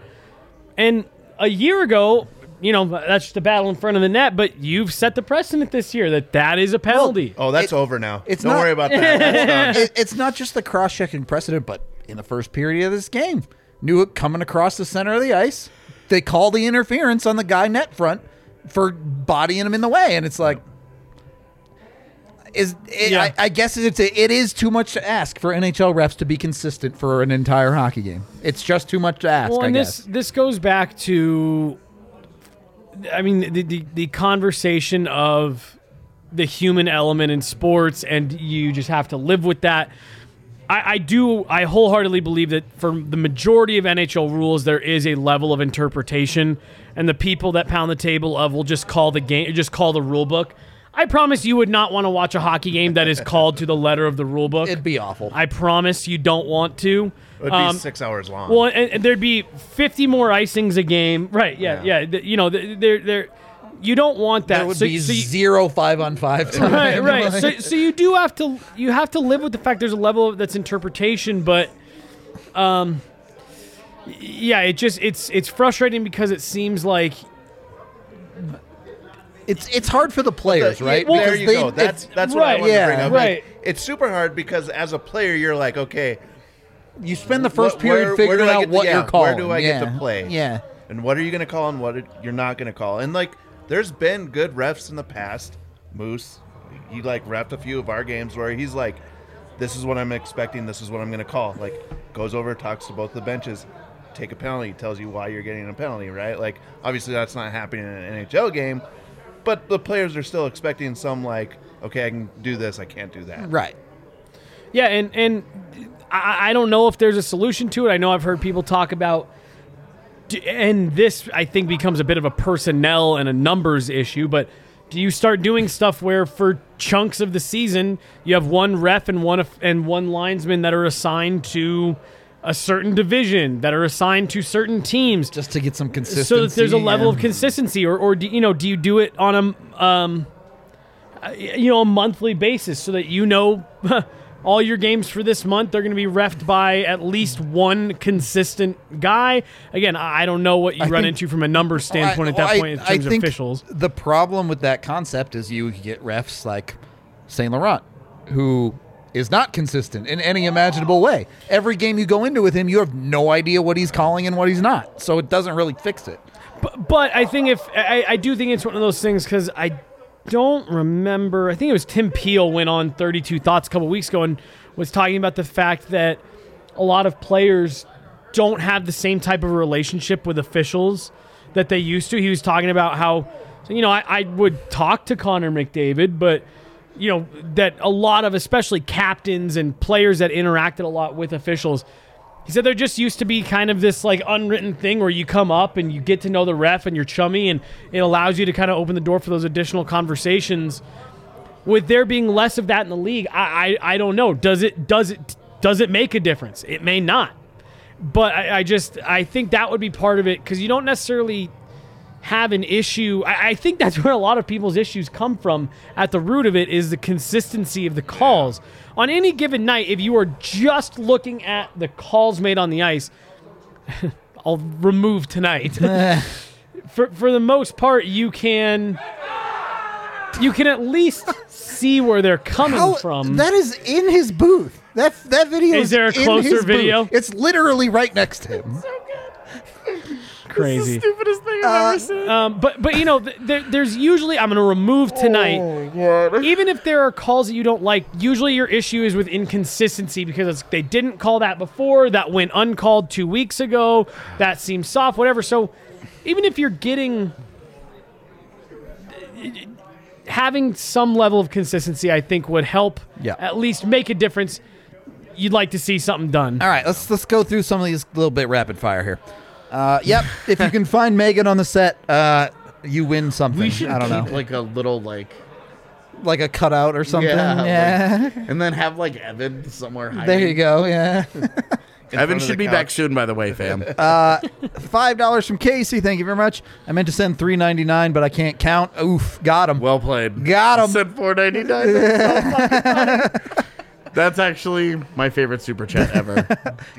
C: and a year ago, you know, that's just a battle in front of the net, but you've set the precedent this year that that is a penalty.
E: Oh, that's
B: It-
E: over now.
B: it's
E: Don't
B: not-
E: worry about that. That's done.
B: it, it's not just the cross checking precedent, but in the first period of this game, Newick coming across the center of the ice, they call the interference on the guy net front for bodying him in the way, and it's like, is it,
C: Yeah.
B: I, I guess it's a, it is too much to ask for NHL refs to be consistent for an entire hockey game. It's just too much to ask.
C: Well,
B: I
C: and
B: guess.
C: this this goes back to, I mean, the, the the conversation of the human element in sports, and you just have to live with that. I, I do. I wholeheartedly believe that for the majority of NHL rules, there is a level of interpretation, and the people that pound the table of will just call the game, just call the rule book. I promise you would not want to watch a hockey game that is called to the letter of the rule book.
B: It'd be awful.
C: I promise you don't want to.
E: It would be
C: Um,
E: six hours long.
C: well, and, and there'd be 50 more icings a game. Right. Yeah. Yeah. th- you know, th- they're, they're, you don't want that.
B: that would
C: uh, So-
B: be
C: so you-
B: zero five on five. time.
C: right. Right.
B: Like-
C: so, so you do have to, you have to live with the fact there's a level of, that's interpretation, but, um, y- yeah, it just, it's, it's frustrating because it seems like,
B: it's it's hard for the players, right?
C: uh, well,
E: there
B: Because
E: you
B: they-
E: go.
B: if-
E: That's that's what I
C: right,
E: wanted
B: yeah,
E: to bring up. Like,
C: right.
E: it's super hard because as a player, you're like, okay,
B: You spend the first
E: wh-
B: period
E: where- where
B: figuring
E: do I
B: out
E: get to-
B: what
E: yeah,
B: you're calling.
E: Where do I
B: yeah.
E: get to play?
B: Yeah.
E: And what are you going to call and what it- you're not going to call? And like, there's been good refs in the past. Moose, he like refed a few of our games where he's like, this is what I'm expecting. This is what I'm going to call. Like, goes over, talks to both the benches, take a penalty, tells you why you're getting a penalty, right? Like, obviously that's not happening in an NHL game, but the players are still expecting some like, okay, I can do this, I can't do that.
B: Right.
C: yeah. And, and I, I don't know if there's a solution to it. I know I've heard people talk about, do- and this I think becomes a bit of a personnel and a numbers issue, but do you start doing stuff where for chunks of the season you have one ref and one and one linesman that are assigned to a certain division that are assigned to certain teams
B: Just to get some consistency.
C: so that there's a level of
B: and-
C: consistency or, or do, you know do you do it on a um, uh, you know a monthly basis so that you know all your games for this month they're going to be refed by at least one consistent guy again i I don't know what you
B: I
C: run
B: think-
C: into from a numbers standpoint at
B: Well,
C: that
B: I-
C: point in
B: I-
C: terms
B: I
C: of
B: think
C: officials
B: The problem with that concept is you get refs like Saint Laurent, who is not consistent in any imaginable way. Every game you go into with him, you have no idea what he's calling and what he's not. So it doesn't really fix it.
C: but, but i think if I, I do think it's one of those things because i don't remember i think it was tim peel went on 32 thoughts a couple weeks ago and was talking about the fact that a lot of players don't have the same type of relationship with officials that they used to. He was talking about how, you know, I, I would talk to Connor McDavid, but, you know, that a lot of, especially captains and players that interacted a lot with officials, he said there just used to be kind of this like unwritten thing where you come up and you get to know the ref and you're chummy and it allows you to kind of open the door for those additional conversations with there being less of that in the league, I, I, I don't know. Does it does it does it make a difference? It may not. But I, I just I think that would be part of it because you don't necessarily have an issue. I, I think that's where a lot of people's issues come from. At the root of it is the consistency of the calls. On any given night, if you are just looking at the calls made on the ice, I'll remove tonight. for for the most part, you can you can at least see where they're coming
B: How-
C: from.
B: That is in his booth. That that video
C: Is there a
B: in his
C: closer
B: booth.
C: video?
B: It's literally right next to him.
C: Crazy.
G: Stupidest thing
B: Uh,
G: I've ever seen.
C: Um, but but you know, th- there, there's usually I'm going to remove tonight. Even if there are calls that you don't like, usually your issue is with inconsistency because it's, they didn't call that before. That went uncalled two weeks ago. That seems soft, whatever. So even if you're getting having some level of consistency, I think would help.
B: Yeah.
C: At least make a difference. You'd like to see something done.
B: All right, let's let's go through some of these a little bit rapid fire here. Uh, yep, if you can find Megan on the set, uh, you win something.
G: We should
B: I don't
G: keep
B: know,
G: like a little like,
B: like a cutout or something.
G: Yeah, like-
B: Yeah,
G: and then have like Evan somewhere. Hiding.
B: there you go. Yeah,
E: In
G: Evan
E: front of the
G: should be
E: couch.
G: back soon, by the way, fam.
B: five dollars from Casey. Thank you very much. I meant to send three ninety nine, but I can't count. Oof, got him.
G: well played.
B: Got him.
G: Said four ninety nine.
D: That's actually my favorite super chat ever.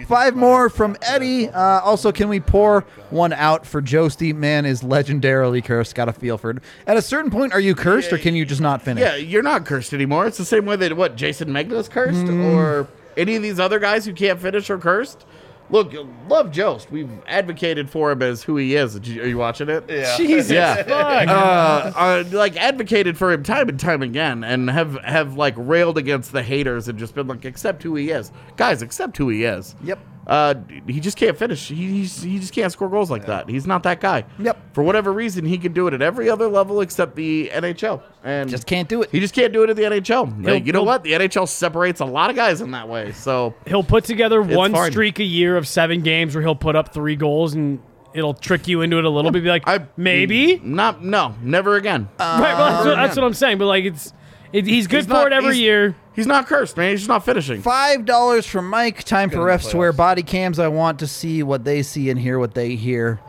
B: Five more from Eddie. Uh, also, can we pour one out for Joesty? Man is legendarily cursed. Got a feel for it. At a certain point, are you cursed or can you just not finish?
D: yeah, you're not cursed anymore. It's the same way that what Jason Megna's cursed
B: Mm.
D: or any of these other guys who can't finish are cursed. Look, you love Jost. We've advocated for him as who he is. Did you- Are you watching it? Yeah.
C: Jesus,
D: Yeah.
C: fuck.
D: uh, uh, like advocated for him time and time again, and have have like railed against the haters and just been like, accept who he is, guys, accept who he is.
B: Yep.
D: Uh, d- he just can't finish. He he's, he just can't score goals like that. He's not that guy.
B: Yep.
D: For whatever reason, he can do it at every other level except the NHL, and
B: Just can't do it.
D: He just can't do it at the NHL. Like,
C: He'll-
D: you know
C: he'll-
D: what? The NHL separates a lot of guys in that way. So
C: He'll put together one
D: fine.
C: streak a year of seven games where he'll put up three goals and it'll trick you into it a little bit. Be like,
D: I Mm.
C: maybe.
D: not no never again.
C: right, well, that's, what, that's what I'm saying. But like, it's it, he's good
D: He's
C: for
D: not-
C: it every
D: he's-
C: year.
D: He's not cursed, man. He's just not finishing.
B: Five dollars from Mike. Time for
E: Good in the
B: refs to wear
E: playoffs.
B: body cams. I want to see what they see and hear what they hear.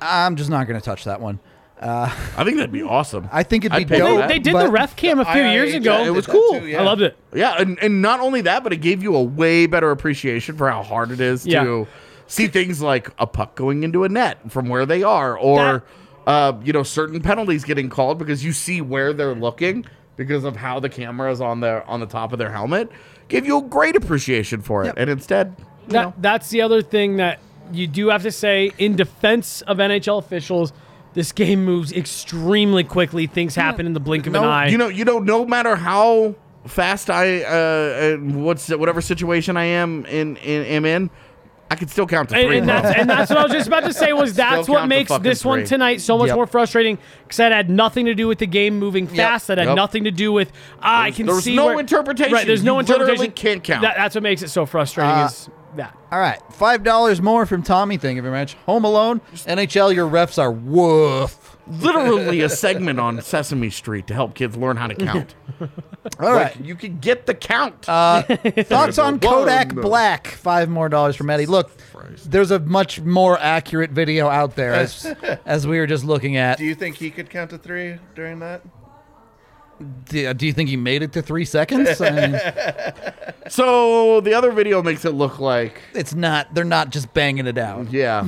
B: I'm just not going to touch that one.
D: I think that'd be awesome.
B: I think it'd
D: I'd
B: be
D: pay for
B: dope.
D: that.
C: They, they did
B: but-
C: the ref cam a few years
E: IIHF
C: ago.
E: did
D: It was
E: that
D: cool.
C: I loved it.
D: Yeah, and, and not only that, but it gave you a way better appreciation for how hard it is
C: Yeah.
D: to see things like a puck going into a net from where they are, or uh, you know, certain penalties getting called because you see where they're looking because of how the camera is on their on the top of their helmet. Gave you a great appreciation for it, and instead, you
C: That,
D: know,
C: That's the other thing that you do have to say in defense of NHL officials. This game moves extremely quickly. Things happen in the blink of an
D: no,
C: eye.
D: you know, you don't. No matter how fast I uh, uh, what's whatever situation I am in, in am in, I could still count to
C: and,
D: three.
C: and
D: bro.
C: that's, and that's what I was just about to say was that's
D: count
C: what
D: the
C: makes
D: fucking
C: this one
D: three.
C: tonight so much
B: Yep.
C: more frustrating because that had nothing to do with the game moving fast. That had
D: Yep.
C: nothing to do with ah, I can
D: there was
C: see
D: no
C: where-
D: interpretation.
C: Right, there's no
D: You
C: interpretation.
D: literally can't count. Uh,
C: That- that's what makes it so frustrating is that.
B: All right, five dollars more from Tommy. Thank you very much. Home Alone, NHL. Your refs are woof.
D: literally a segment on Sesame Street to help kids learn how to count. Uh,
B: All right,
D: You can get the count.
B: thoughts on
D: Whoa,
B: Kodak
D: no.
B: Black. Five more dollars from Eddie. Look, there's a much more accurate video out there as as we were just looking at.
E: Do you think he could count to three during that?
B: Do, do you think he made it to three seconds? I mean,
D: so the other video makes it look like
B: it's not. They're not just banging it out.
D: yeah,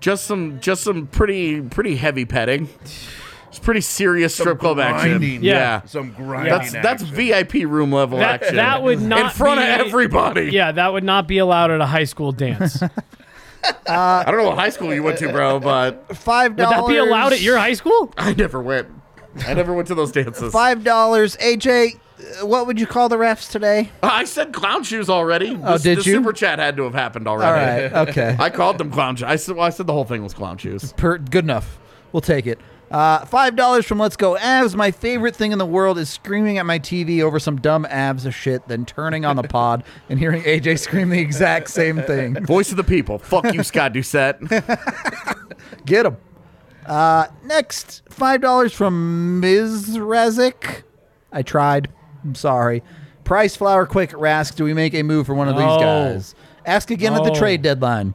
D: just some just some pretty pretty heavy petting. It's pretty serious strip club action.
E: grinding.
C: Yeah.
E: Some grinding.
D: That's that's
E: action.
D: VIP room level
C: That-
D: action.
C: that would
D: in
C: not
D: front
C: be-
D: of everybody.
C: Yeah, that would not be allowed at a high school dance. would
D: I don't know what high school you went to, bro, but
B: Five dollars.
C: that be allowed at your high school?
D: I never went. I never went to those dances.
B: Five dollars. AJ, uh, what would you call the refs today?
D: I said clown shoes already.
B: Oh,
D: This-
B: did
D: the
B: you?
D: Super chat had to have happened
B: All
D: already.
B: right. Okay.
D: I called them clown shoes. I said, well, I said the whole thing was clown shoes.
B: Per, good enough. We'll take it. Uh, Five dollars from Let's Go Avs. My favorite thing in the world is screaming at my TV over some dumb abs of shit, then turning on the pod and hearing AJ scream the exact same thing.
D: Voice of the people. Fuck you, Scott Doucette.
B: Get him. Uh, next, five dollars from Ms. Rezik. I tried. I'm sorry. Price, flower, quick, Rask. Do we make a move for one of
C: No.
B: these guys? Ask again at the
C: No.
B: trade deadline.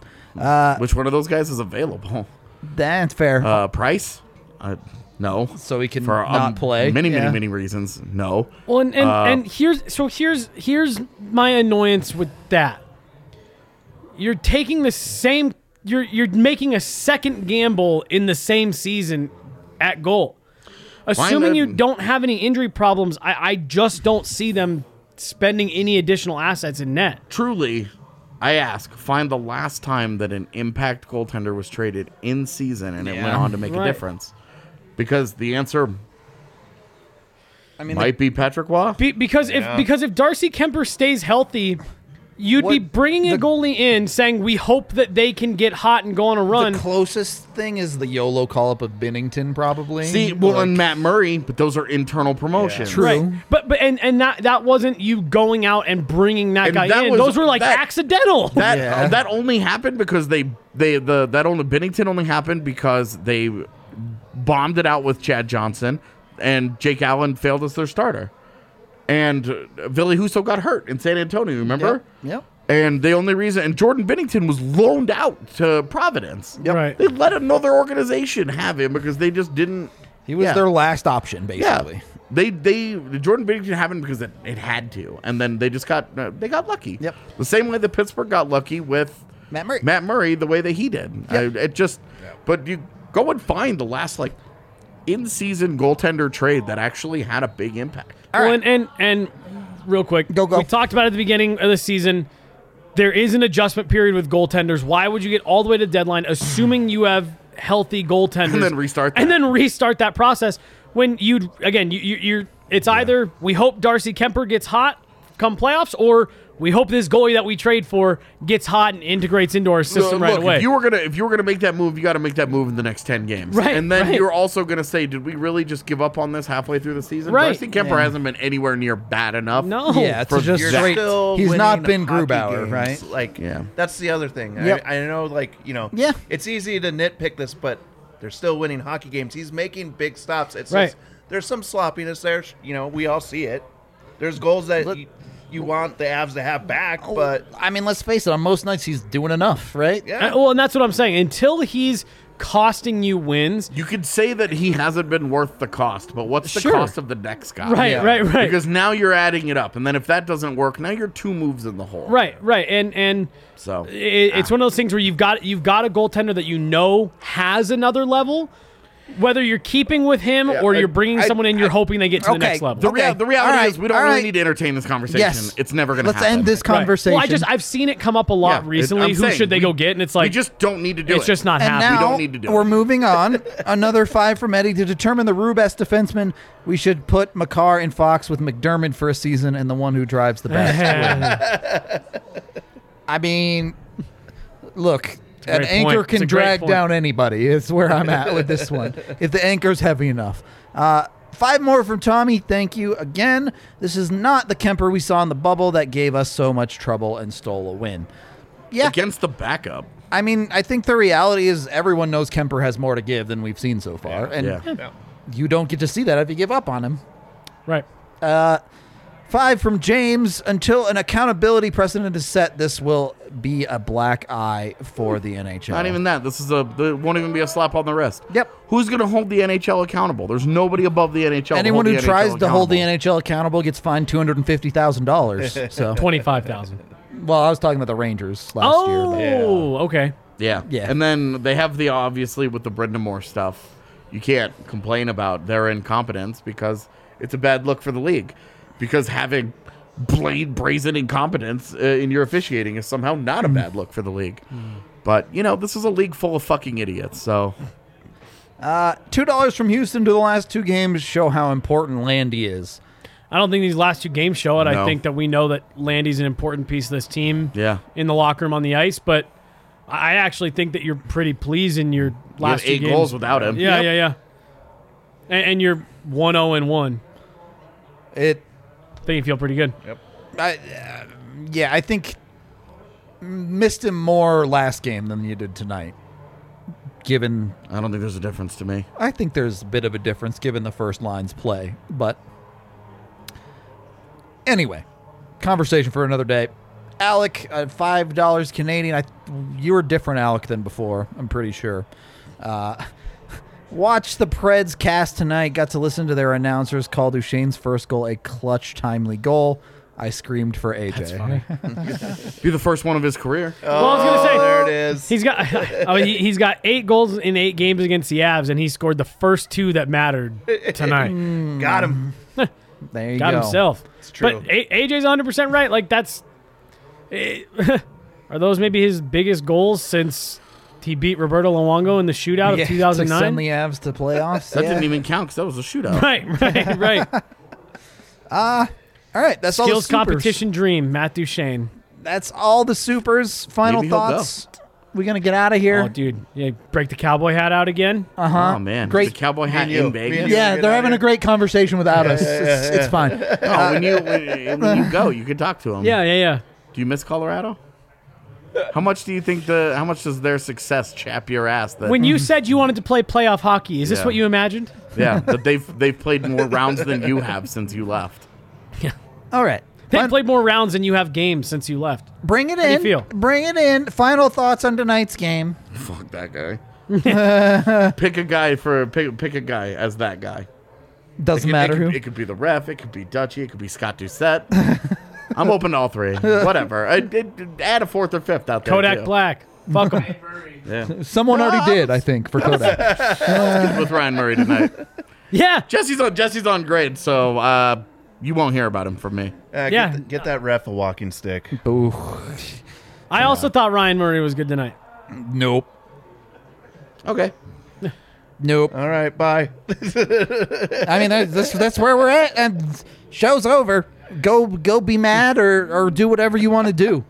D: Which one of those guys is available?
B: That's eh, fair.
D: Uh, Price? Uh, no.
B: So he can
D: For um,
B: not play?
D: Many,
B: Yeah.
D: many, many reasons. No.
C: Well, and and,
D: Uh,
C: and here's so here's here's my annoyance with that. You're taking the same you're you're making a second gamble in the same season at goal. Assuming
D: the-
C: you don't have any injury problems, I, I just don't see them spending any additional assets in net.
D: Truly, I ask, find the last time that an impact goaltender was traded in season and it went on to make
C: Right.
D: a difference. Because the answer
B: I mean,
D: might be Patrick Waugh.
C: Be- because if because if Darcy Kemper stays healthy, you'd be
B: What-
C: bringing a
B: the-
C: goalie in saying we hope that they can get hot and go on a run.
B: The closest thing is the YOLO call up of Bennington, probably.
D: See, well,
B: Like,
D: and Matt Murray, but those are internal promotions.
B: True.
C: Right. But but and and that that wasn't you going out and bringing that
D: And
C: guy
D: that
C: in.
D: was-
C: Those were like
D: that-
C: accidental.
D: That uh,
B: Yeah.
D: that only happened because they they the that only Bennington only happened because they bombed it out with Chad Johnson and Jake Allen failed as their starter. And uh, Billy Huso got hurt in San Antonio, remember?
B: Yep.
D: And the only reason and Jordan Bennington was loaned out to Providence.
C: Right.
D: They let another organization have him because they just didn't
B: He was
D: yeah.
B: their last option,
D: yeah.
B: basically.
D: They they Jordan Bennington happened because it, it had to, and then they just got uh, they got lucky.
B: Yep.
D: The same way that Pittsburgh got lucky with
B: Matt Murray.
D: Matt Murray the way that he did. I, it just, but you go and find the last like in season goaltender trade that actually had a big impact.
C: Well, and, and and real quick,
B: Go, go.
C: We talked about it at the beginning of the season. There is an adjustment period with goaltenders. Why would you get all the way to deadline, assuming you have healthy goaltenders,
D: And then restart
C: and
D: that.
C: then restart that process when you'd again you, you you're it's either we hope Darcy Kemper gets hot come playoffs or we hope this goalie that we trade for gets hot and integrates into our system
D: No,
C: right
D: look,
C: away.
D: If you were gonna if you were gonna make that move, you got to make that move in the next ten games,
C: Right,
D: And then
C: right.
D: you're also gonna say, did we really just give up on this halfway through the season?
C: Right.
D: Darcy Kemper hasn't been anywhere near bad enough.
C: no,
B: yeah, it's
D: for
B: just
D: your-
B: straight.
E: Still
B: He's not
E: winning
B: been
E: hockey
B: Grubauer,
E: games.
B: right?
E: Like,
D: Yeah.
E: that's the other thing.
B: Yep.
E: I, I know, like, you know,
B: Yeah.
E: it's easy to nitpick this, but they're still winning hockey games. He's making big stops. It's
C: Right.
E: just, there's some sloppiness there. sh- You know, we all see it. There's goals that you, you want the Avs to have back,
B: Oh.
E: but
B: I mean, let's face it. On most nights, he's doing enough, right?
E: yeah,
C: Uh, well, and that's what I'm saying. Until he's costing you wins,
D: You could say that he hasn't been worth the cost, but what's the
C: Sure.
D: cost of the next guy?
C: right, right, right.
D: Because now you're adding it up, and then if that doesn't work, now you're two moves in the hole.
C: Right, right, and and
D: So ah.
C: it, it's one of those things where you've got you've got a goaltender that you know has another level. Whether you're keeping with him or
E: I-
C: you're bringing
E: I-
C: someone in, you're
E: I-
C: hoping they get to
B: okay,
C: the next level.
D: the,
B: Okay.
D: rea- the reality
B: All right.
D: is we don't
B: All
D: really
B: right.
D: need to entertain this conversation.
B: Yes.
D: It's never gonna
B: Let's
D: happen.
B: end this
C: Right.
B: conversation.
C: Well, I just I've seen it come up a lot
D: Yeah, it-
C: recently.
D: I'm
C: Who
D: saying
C: should they
D: we-
C: go get? And it's
D: we
C: like
D: just don't need to do
C: it's
D: it.
C: just not
B: and
C: happening.
B: now
D: don't need to do
B: we're
D: it.
B: moving on. Another five from Eddie to determine the Rue best defenseman. We should put McCarr and Fox with McDermott for a season, and the one who drives the best. I mean, look, an
C: great
B: anchor
C: point. It's
B: can
C: a great
B: drag
C: point.
B: down anybody. It's where I'm at with this one. If the anchor's heavy enough. Uh, five more from Tommy. Thank you again. This is not the Kemper we saw in the bubble that gave us so much trouble and stole a win. Yeah,
D: against the backup.
B: I mean, I think the reality is everyone knows Kemper has more to give than we've seen so far, and
D: yeah.
B: you don't get to see that if you give up on him.
C: right.
B: Five from James. Until an accountability precedent is set, this will be a black eye for the NHL.
D: Not even that. This is a. It won't even be a slap on the wrist.
B: Yep.
D: Who's going to hold the NHL accountable? There's nobody above the NHL. to
B: Anyone
D: hold
B: who
D: the
B: tries
D: NHL
B: to hold the
D: accountable.
B: NHL accountable gets fined two hundred and fifty thousand dollars. So,
C: Twenty five thousand.
B: well, I was talking about the Rangers last year.
C: Oh,
B: but-
C: okay.
D: Yeah.
B: Yeah.
D: And then they have the obviously with the Brenda Moore stuff. You can't complain about their incompetence because it's a bad look for the league. Because having blade brazen incompetence uh, in your officiating is somehow not a
C: Mm.
D: bad look for the league. But, you know, this is a league full of fucking idiots. So,
B: Two dollars from Houston to the last two games show how important Landy is.
C: I don't think these last two games show it. I
D: No.
C: think that we know that Landy's an important piece of this team.
D: Yeah.
C: In the locker room on the ice, but I I actually think that you're pretty pleased in your last
D: eight
C: two games.
D: goals without him.
C: Yeah,
D: Yep.
C: yeah, yeah. And, and you're one zero and one.
B: It
C: I think you feel pretty good.
B: I, uh, yeah, I think missed him more last game than you did tonight. Given,
D: I don't think there's a difference to me.
B: I think there's a bit of a difference given the first line's play, but anyway, conversation for another day. Alec, uh, five dollars Canadian. I, you were different, Alec, than before. I'm pretty sure. Uh, watched the Preds cast tonight. Got to listen to their announcers call Duchesne's first goal a clutch, timely goal. I screamed for AJ.
D: Be the first one of his career.
E: Oh,
C: well, I was gonna say
E: there it is.
C: He's got I mean, he- he's got eight goals in eight games against the Avs, and he scored the first two that mattered tonight.
E: Got him.
B: There you
C: Got
B: go.
C: himself. It's
E: true.
C: But A- AJ's 100 percent right. Like that's eh, are those maybe his biggest goals since he beat Roberto Luongo in the shootout of
B: Yeah, To send
C: 2009?
B: the Avs to playoffs.
D: That
B: yeah.
D: didn't even count because that was a shootout.
C: right, right, right.
B: all right, that's all the
C: Skills
B: supers.
C: competition dream, Matt Duchesne.
B: That's all the supers. Final
D: Maybe he'll go.
B: thoughts. We're gonna get out of here. Uh-huh.
C: Oh, dude, yeah, break the cowboy hat out again.
D: Oh, man.
B: Great-
D: The cowboy hat
E: you.
D: in
E: Me and
D: Vegas.
E: you.
B: yeah,
E: Get
B: they're
E: out
B: having
E: here.
B: a great conversation without us. it's, it's fine.
D: No, when you, when, when you go, you could talk to him.
C: Yeah, yeah, yeah.
D: Do you miss Colorado? How much do you think the how much does their success chap your ass that
C: When you said you wanted to play playoff hockey, is this
D: Yeah.
C: what you imagined?
D: yeah that they've they've played more rounds than you have since you left.
B: All right,
C: They
B: Fin-
C: have played more rounds than you have games since you left.
B: bring it in.
C: do you feel?
B: Bring it in. Final thoughts on tonight's game.
D: Fuck that guy. pick a guy for pick pick a guy as that guy.
B: Doesn't
D: It-
B: matter
D: it could,
B: who.
D: It could be the ref. It could be Dutchy. It could be Scott Doucette. I'm open to all three. Whatever. I, I- add a fourth or fifth out there.
C: Kodak
D: too.
C: Black. Fuck him.
B: Someone already did, I think, for Kodak.
D: with Ryan Murray tonight.
C: yeah.
D: Jesse's on Jesse's on grade, so uh, you won't hear about him from me.
E: Uh,
C: Yeah.
E: Get, th- get that ref a walking stick.
B: Ooh.
C: I also thought Ryan Murray was good tonight.
B: Nope.
D: Okay.
B: Nope.
E: All right, bye.
B: I mean, that- that's that's where we're at, and show's over. Go go be mad or or do whatever you want to do.